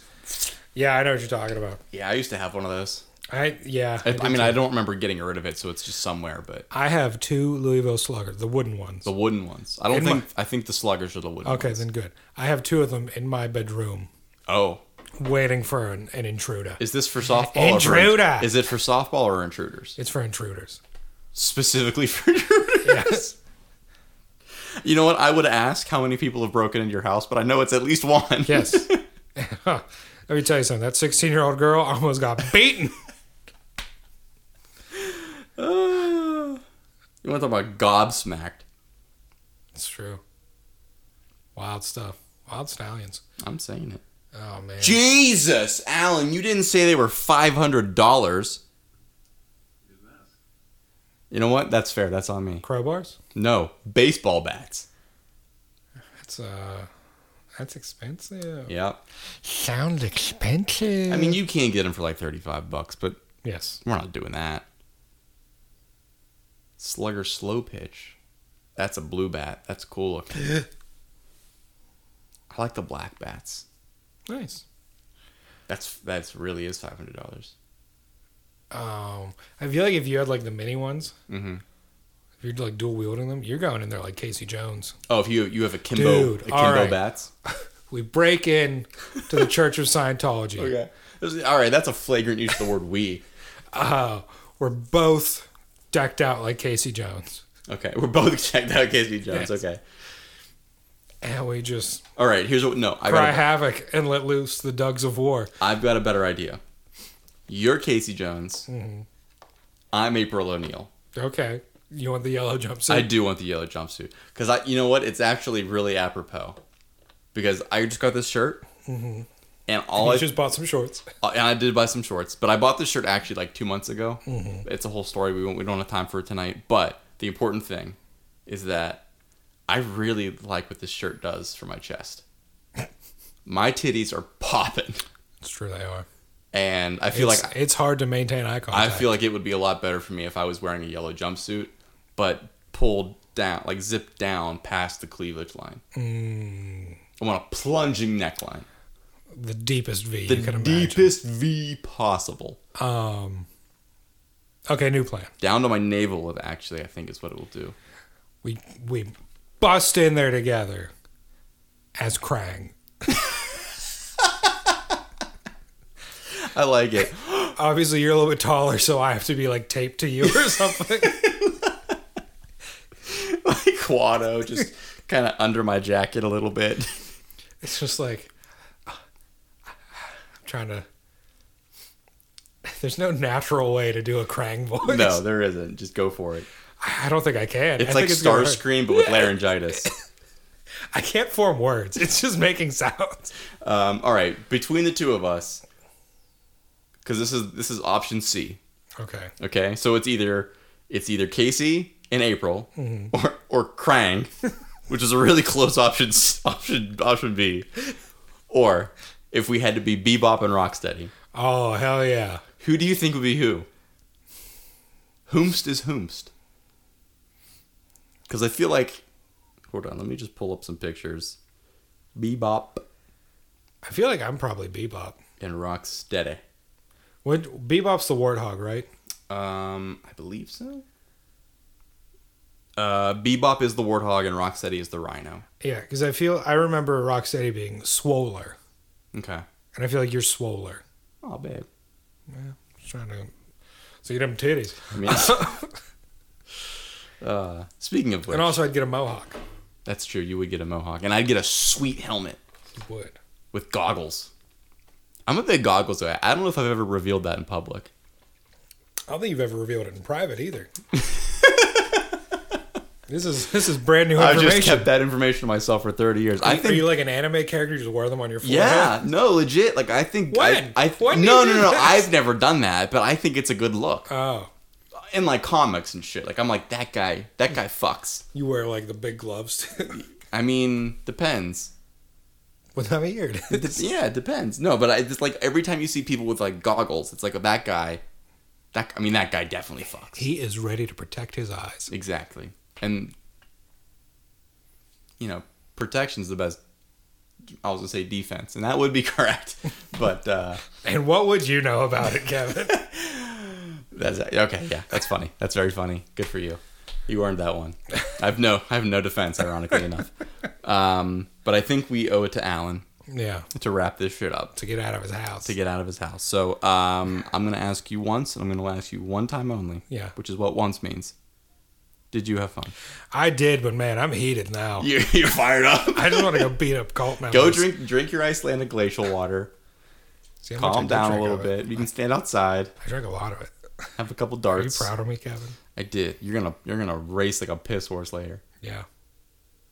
C: Yeah, I know what you're talking about.
D: yeah, I used to have one of those.
C: I yeah.
D: I,
C: do
D: I mean,
C: too.
D: I don't remember getting rid of it, so it's just somewhere. But
C: I have two Louisville Sluggers, the wooden ones.
D: The wooden ones. I don't
C: In
D: think. I think the sluggers are the wooden.
C: Okay,
D: ones.
C: then good. I have two of them in my bedroom,
D: Oh,
C: waiting for an, an intruder.
D: is this for softball? or for-
C: Intruder!
D: is it for softball or intruders?
C: It's for intruders.
D: Specifically for [laughs] intruders.
C: Yes. [laughs]
D: You know what? I would ask how many people have broken into your house, but I know it's at least one. [laughs]
C: Yes. Huh. Let me tell you something. That 16 year old girl almost got beaten.
D: Uh, You want to talk about gobsmacked?
C: It's true. Wild stuff. Wild stallions.
D: I'm saying it.
C: Oh man.
D: Jesus, Alan, you didn't say they were five hundred dollars. You know what? That's fair. That's on me.
C: Crowbars?
D: No, baseball bats.
C: That's uh that's expensive.
D: Yeah.
C: Sounds expensive.
D: I mean, you can get them for like thirty-five bucks, but
C: Yes.
D: we're not doing that. Slugger slow pitch. That's a blue bat. That's cool looking.
C: [laughs]
D: I like the black bats.
C: Nice.
D: That's that's really is five hundred dollars.
C: Um I feel like if you had like the mini ones,
D: Mm-hmm.
C: if you're like dual wielding them, you're going in there like Casey Jones.
D: Oh, if you you have a Kimbo,
C: Dude,
D: a Kimbo
C: all right.
D: bats.
C: We break in to the Church of Scientology.
D: Okay. All right, that's a flagrant use of the word we.
C: Uh, we're both decked out like Casey Jones.
D: Okay, we're both [laughs] checked out Casey Jones.
C: Yes.
D: Okay.
C: And we just
D: All right, here's what. No, I've
C: cry
D: got, a,
C: havoc and let loose the dugs of war.
D: I've got a better idea. You're Casey Jones.
C: Mm-hmm.
D: I'm April O'Neil.
C: Okay. You want the yellow jumpsuit?
D: I do want the yellow jumpsuit because I, you know what? It's actually really apropos because I just got this shirt and all
C: Mm-hmm. You
D: I uh,
C: just bought some shorts.
D: and I did buy some shorts, but I bought this shirt actually like two months ago.
C: Mm-hmm.
D: It's a whole story. We won't, we don't have time for it tonight. But the important thing is that I really like what this shirt does for my
C: [laughs]
D: chest. my titties are popping,
C: It's true they are.
D: and I feel
C: It's,
D: like
C: it's hard to maintain eye
D: I
C: contact.
D: feel like it would be a lot better for me if I was wearing a yellow jumpsuit, but pulled down, like zipped down past the cleavage line.
C: Mm.
D: I want a plunging neckline,
C: the deepest V
D: the
C: you can imagine.
D: deepest V possible.
C: Um, okay, new plan.
D: down to my navel it actually i think is what it will do
C: We we bust in there together as Krang.
D: i like
C: [laughs]
D: it [laughs]
C: Obviously, you're a little bit taller, so I have to be like taped to you or [laughs] something.
D: like Quado just kind of under my jacket a little
C: [laughs]
D: bit
C: it's just like I'm trying to. There's no natural way to do a Krang voice.
D: no there isn't just go for it
C: I I don't think I can.
D: it's
C: I
D: like
C: think gonna
D: star
C: hurt.
D: scream but
C: [laughs]
D: with laryngitis
C: I can't form words. It's just making sounds.
D: um, all right between the two of us because this is this is option c
C: Okay.
D: okay so it's either it's either casey in april or or krang which is a really close option s- option option b or if we had to be bebop and rocksteady
C: Oh hell yeah!
D: Who do you think would be who? Whomst is whomst. Because I feel like. Hold on, let me just pull up some pictures. Bebop
C: I feel like I'm probably Bebop.
D: and Rocksteady.
C: What Bebop's the warthog, right?
D: Um, I believe so. Uh, Bebop is the warthog and Rocksteady is the rhino.
C: Yeah, because I feel I remember Rocksteady being swoller,
D: Okay.
C: and I feel like you're swoller.
D: Oh, babe.
C: Just trying to see them titties,
D: I mean, uh, speaking of which,
C: and also I'd get a mohawk.
D: that's true. You would get a mohawk, and I'd get a sweet helmet.
C: You would.
D: with goggles. I'm a big goggles guy. I don't know if I've ever revealed that in public.
C: I don't think you've ever revealed it in private
D: [laughs]
C: either. this is this is brand new
D: I've
C: information.
D: just kept that information to myself for 30 years. I
C: Are
D: think.
C: you like an anime character? You just wear them on your forehead.
D: Yeah, no, legit. Like I think.
C: When?
D: I, I
C: When
D: no,
C: did
D: no,
C: you
D: no,
C: do this?
D: I've never done that, but I think it's a good look
C: Oh,
D: in like comics and shit. Like I'm like that guy. That guy fucks.
C: you wear like the big gloves [laughs] too.
D: I mean, depends.
C: with my ear.
D: It de- yeah, it depends. No, but I just like every time you see people with like goggles, it's like oh, that guy. That I mean, that guy definitely fucks.
C: he is ready to protect his eyes.
D: Exactly. And you know, protection's the best I was gonna say defense, and that would be [laughs] correct. but uh
C: And what would you know about it,
D: [laughs]
C: Kevin?
D: that's okay, yeah, that's funny. That's very funny. Good for you. You earned that one. I've no I have no defense, ironically enough. Um but I think we owe it to Alan
C: yeah,
D: to wrap this shit up.
C: to get out of his house.
D: To get out of his house. So um I'm gonna ask you once and I'm gonna ask you one time only.
C: Yeah.
D: Which is what once means. Did you have fun?
C: I did, but man, I'm heated now.
D: You you're fired up.
C: I just want to go beat up cult members.
D: [laughs] Go drink drink your Icelandic glacial water.
C: See how much I
D: Calm
C: did
D: down a
C: drink
D: little
C: of it.
D: bit. You can stand outside,
C: I drank a lot of it.
D: have a couple
C: Are you
D: darts.
C: proud of me, Kevin?
D: I did. You're gonna you're gonna race like a piss horse later.
C: Yeah.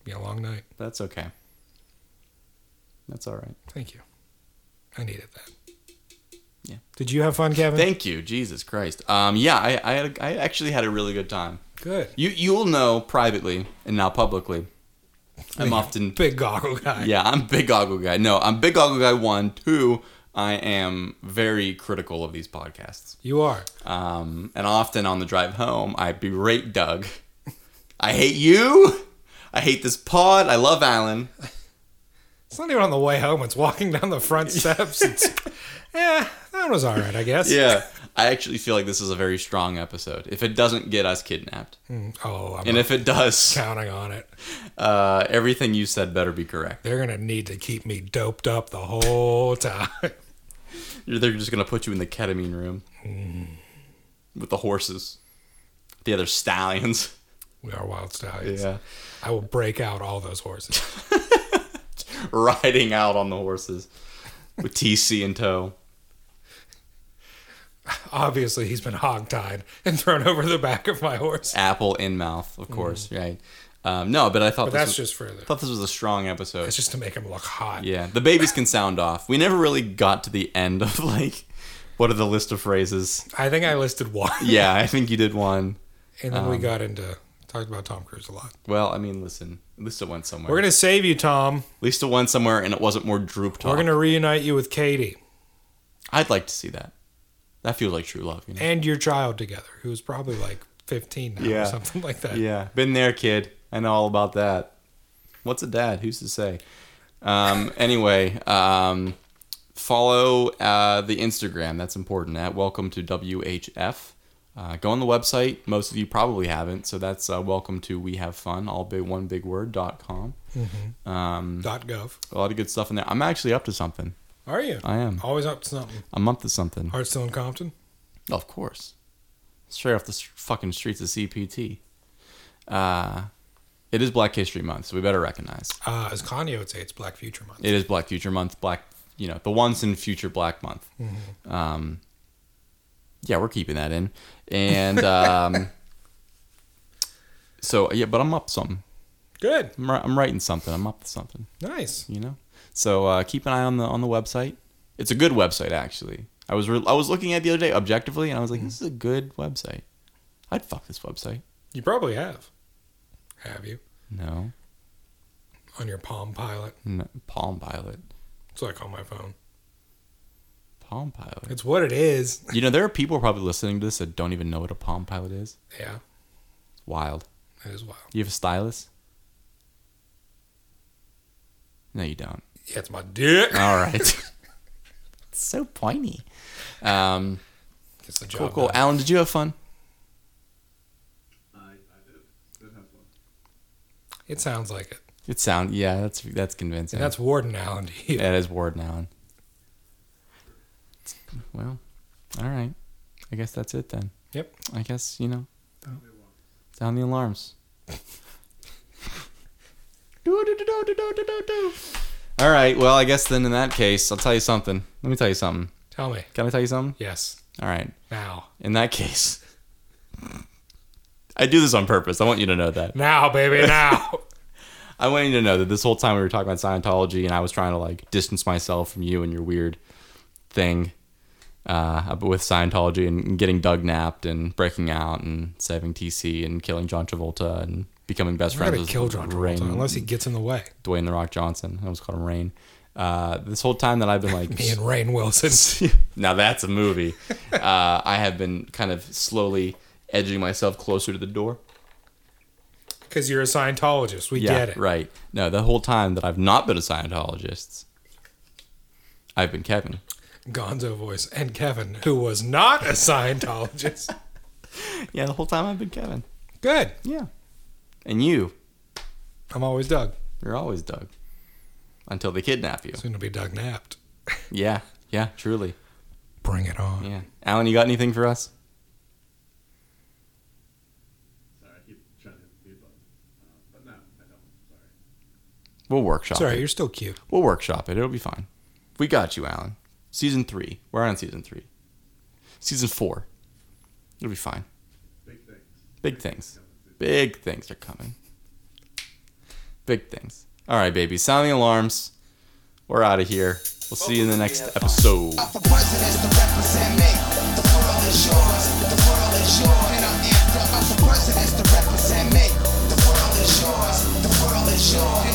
C: Be a long night.
D: That's okay. That's all right.
C: Thank you. I needed that.
D: Yeah.
C: Did you have fun, Kevin?
D: Thank you, Jesus Christ. Um, yeah, I, I, had a- I actually had a really good time.
C: Good.
D: You, you'll know privately and now publicly. I'm often
C: Big goggle guy.
D: Yeah, I'm big goggle guy. No, I'm big goggle guy one. Two, I am very critical of these podcasts.
C: You are.
D: Um, and often on the drive home, I berate Doug. I hate you. I hate this pod. I love Alan.
C: It's not even on the way home. It's walking down the
D: [laughs]
C: front steps. It's, yeah, that was all right, I guess.
D: Yeah, I actually feel like this is a very strong episode. If it doesn't get us kidnapped,
C: Oh, I'm
D: and if it does,
C: [laughs] counting on it.
D: uh, everything you said better be correct.
C: They're gonna need to keep me doped up the whole time. [laughs]
D: You're- They're just gonna put you in the ketamine room with the horses, the other stallions.
C: we are wild stallions.
D: [laughs]
C: I will break out all those horses.
D: [laughs] riding out on the horses with TC in tow.
C: Obviously, he's been hogtied and thrown over the back of my horse.
D: Apple in mouth, of course, right? Um, no, but I thought
C: Mm-hmm. But
D: this
C: that's
D: was,
C: just further.
D: thought this was a strong episode.
C: It's just to make him look hot.
D: yeah, the babies can sound off. We never really got to the end of like what are the list of phrases.
C: I think I listed one,
D: Yeah, I think you did one.
C: and then
D: Um,
C: we got into talked about Tom Cruise a lot.
D: Well, I mean, listen, at least it went somewhere.
C: We're gonna save you, Tom.
D: at least it went somewhere, and it wasn't more droop talk.
C: We're gonna reunite you with Katie
D: I'd like to see that. That feels like true love, you know?
C: and your child together, who's probably like 15 now or something like that.
D: Yeah, been there, kid. I know all about that. What's a dad? Who's to say? Um, [laughs] anyway, um, follow uh, the Instagram. That's important. At welcome to WHF. Uh, go on the website. Most of you probably haven't, so that's uh, welcome to we have fun. All big one big word dot com. Um,
C: Dot gov.
D: a lot of good stuff in there. I'm actually up to something.
C: Are you?
D: I am.
C: Always up to something.
D: I'm up to something.
C: Heart's still in Compton.
D: Of course. Straight off the s- fucking streets of CPT. Uh, it is Black History Month, so we better recognize.
C: Uh, as Kanye would say, it's Black Future Month.
D: It is Black Future Month, Black, you know, the once in future Black Month. Um, yeah, we're keeping that in. And um, so, yeah, but I'm up something.
C: Good.
D: I'm, ri- I'm writing something. I'm up to something,
C: Nice.
D: you know? So uh, keep an eye on the on the website. It's a good website, actually. I was re- I was looking at it the other day objectively, and I was like, this is a good website. I'd fuck this website.
C: You probably have. Have you?
D: No,
C: On your Palm Pilot.
D: no Palm Pilot.
C: That's what I call my phone.
D: Palm Pilot.
C: It's what it is.
D: You know, there are people probably listening to this that don't even know what a Palm Pilot is.
C: Yeah,
D: It's wild.
C: that is wild.
D: You have a stylus? No, you don't.
C: Yeah, it's my dick. [laughs]
D: All right. it's so pointy. Um,
C: Gets the
D: cool,
C: job
D: cool.
C: done.
D: Alan, did you have fun?
E: I, I did. Did have fun.
C: It sounds like it.
D: It sound yeah, that's that's convincing.
C: And that's Warden Allen to you.
D: that is Warden Allen. Well, all right. I guess that's it then.
C: Yep.
D: I guess you know. Down the alarms. [laughs] do, do, do, do, do, do, do, do, do. All right. Well, I guess then in that case, I'll tell you something. Let me tell you something.
C: Tell me.
D: Can I tell you something?
C: Yes.
D: All right.
C: Now.
D: In that case, I do this on purpose. I want you to know that.
C: Now, [laughs] baby. Now.
D: I want you to know that this whole time we were talking about Scientology, and I was trying to like distance myself from you and your weird thing uh, with Scientology and getting Doug napped and breaking out and saving TC and killing John Travolta and becoming best
C: I'm
D: friends
C: gonna
D: with
C: kill John Travolta
D: Rain-
C: unless he gets in the way.
D: Dwayne the Rock Johnson. I almost called him Rain. Uh, this whole time that I've
C: [laughs]
D: been like,
C: Me and Rain Wilson. [laughs]
D: now that's a movie. Uh, I have been kind of slowly edging myself closer to the door.
C: Because you're a Scientologist. We
D: yeah,
C: get it.
D: right. No, the whole time that I've not been a Scientologist, I've been Kevin.
C: Gonzo voice. And Kevin, who was not a Scientologist. [laughs]
D: Yeah, the whole time I've been Kevin.
C: Good.
D: Yeah. And you,
C: I'm always Doug.
D: you're always Doug. Until they kidnap you.
C: Soon to be Doug Napped.
D: Yeah, yeah, truly.
C: Bring it on.
D: Yeah. Alan, you got anything for us?
E: Sorry, I keep trying to hit the mute button. Uh, but no, I don't. Sorry.
D: We'll workshop
C: Sorry,
D: it.
C: you're still cute.
D: We'll workshop it. It'll be fine. We got you, Alan. Season three. We're on season three. Season four. It'll be fine.
E: Big things.
D: Big things. Big things are coming. Big things. All right, baby. Sound the alarms. We're out of here. We'll see you in the next episode.
B: Out for presidents to represent me. The world is yours. The world is yours. And I'm amped up. Out for presidents to represent me. The world is yours. The world is yours.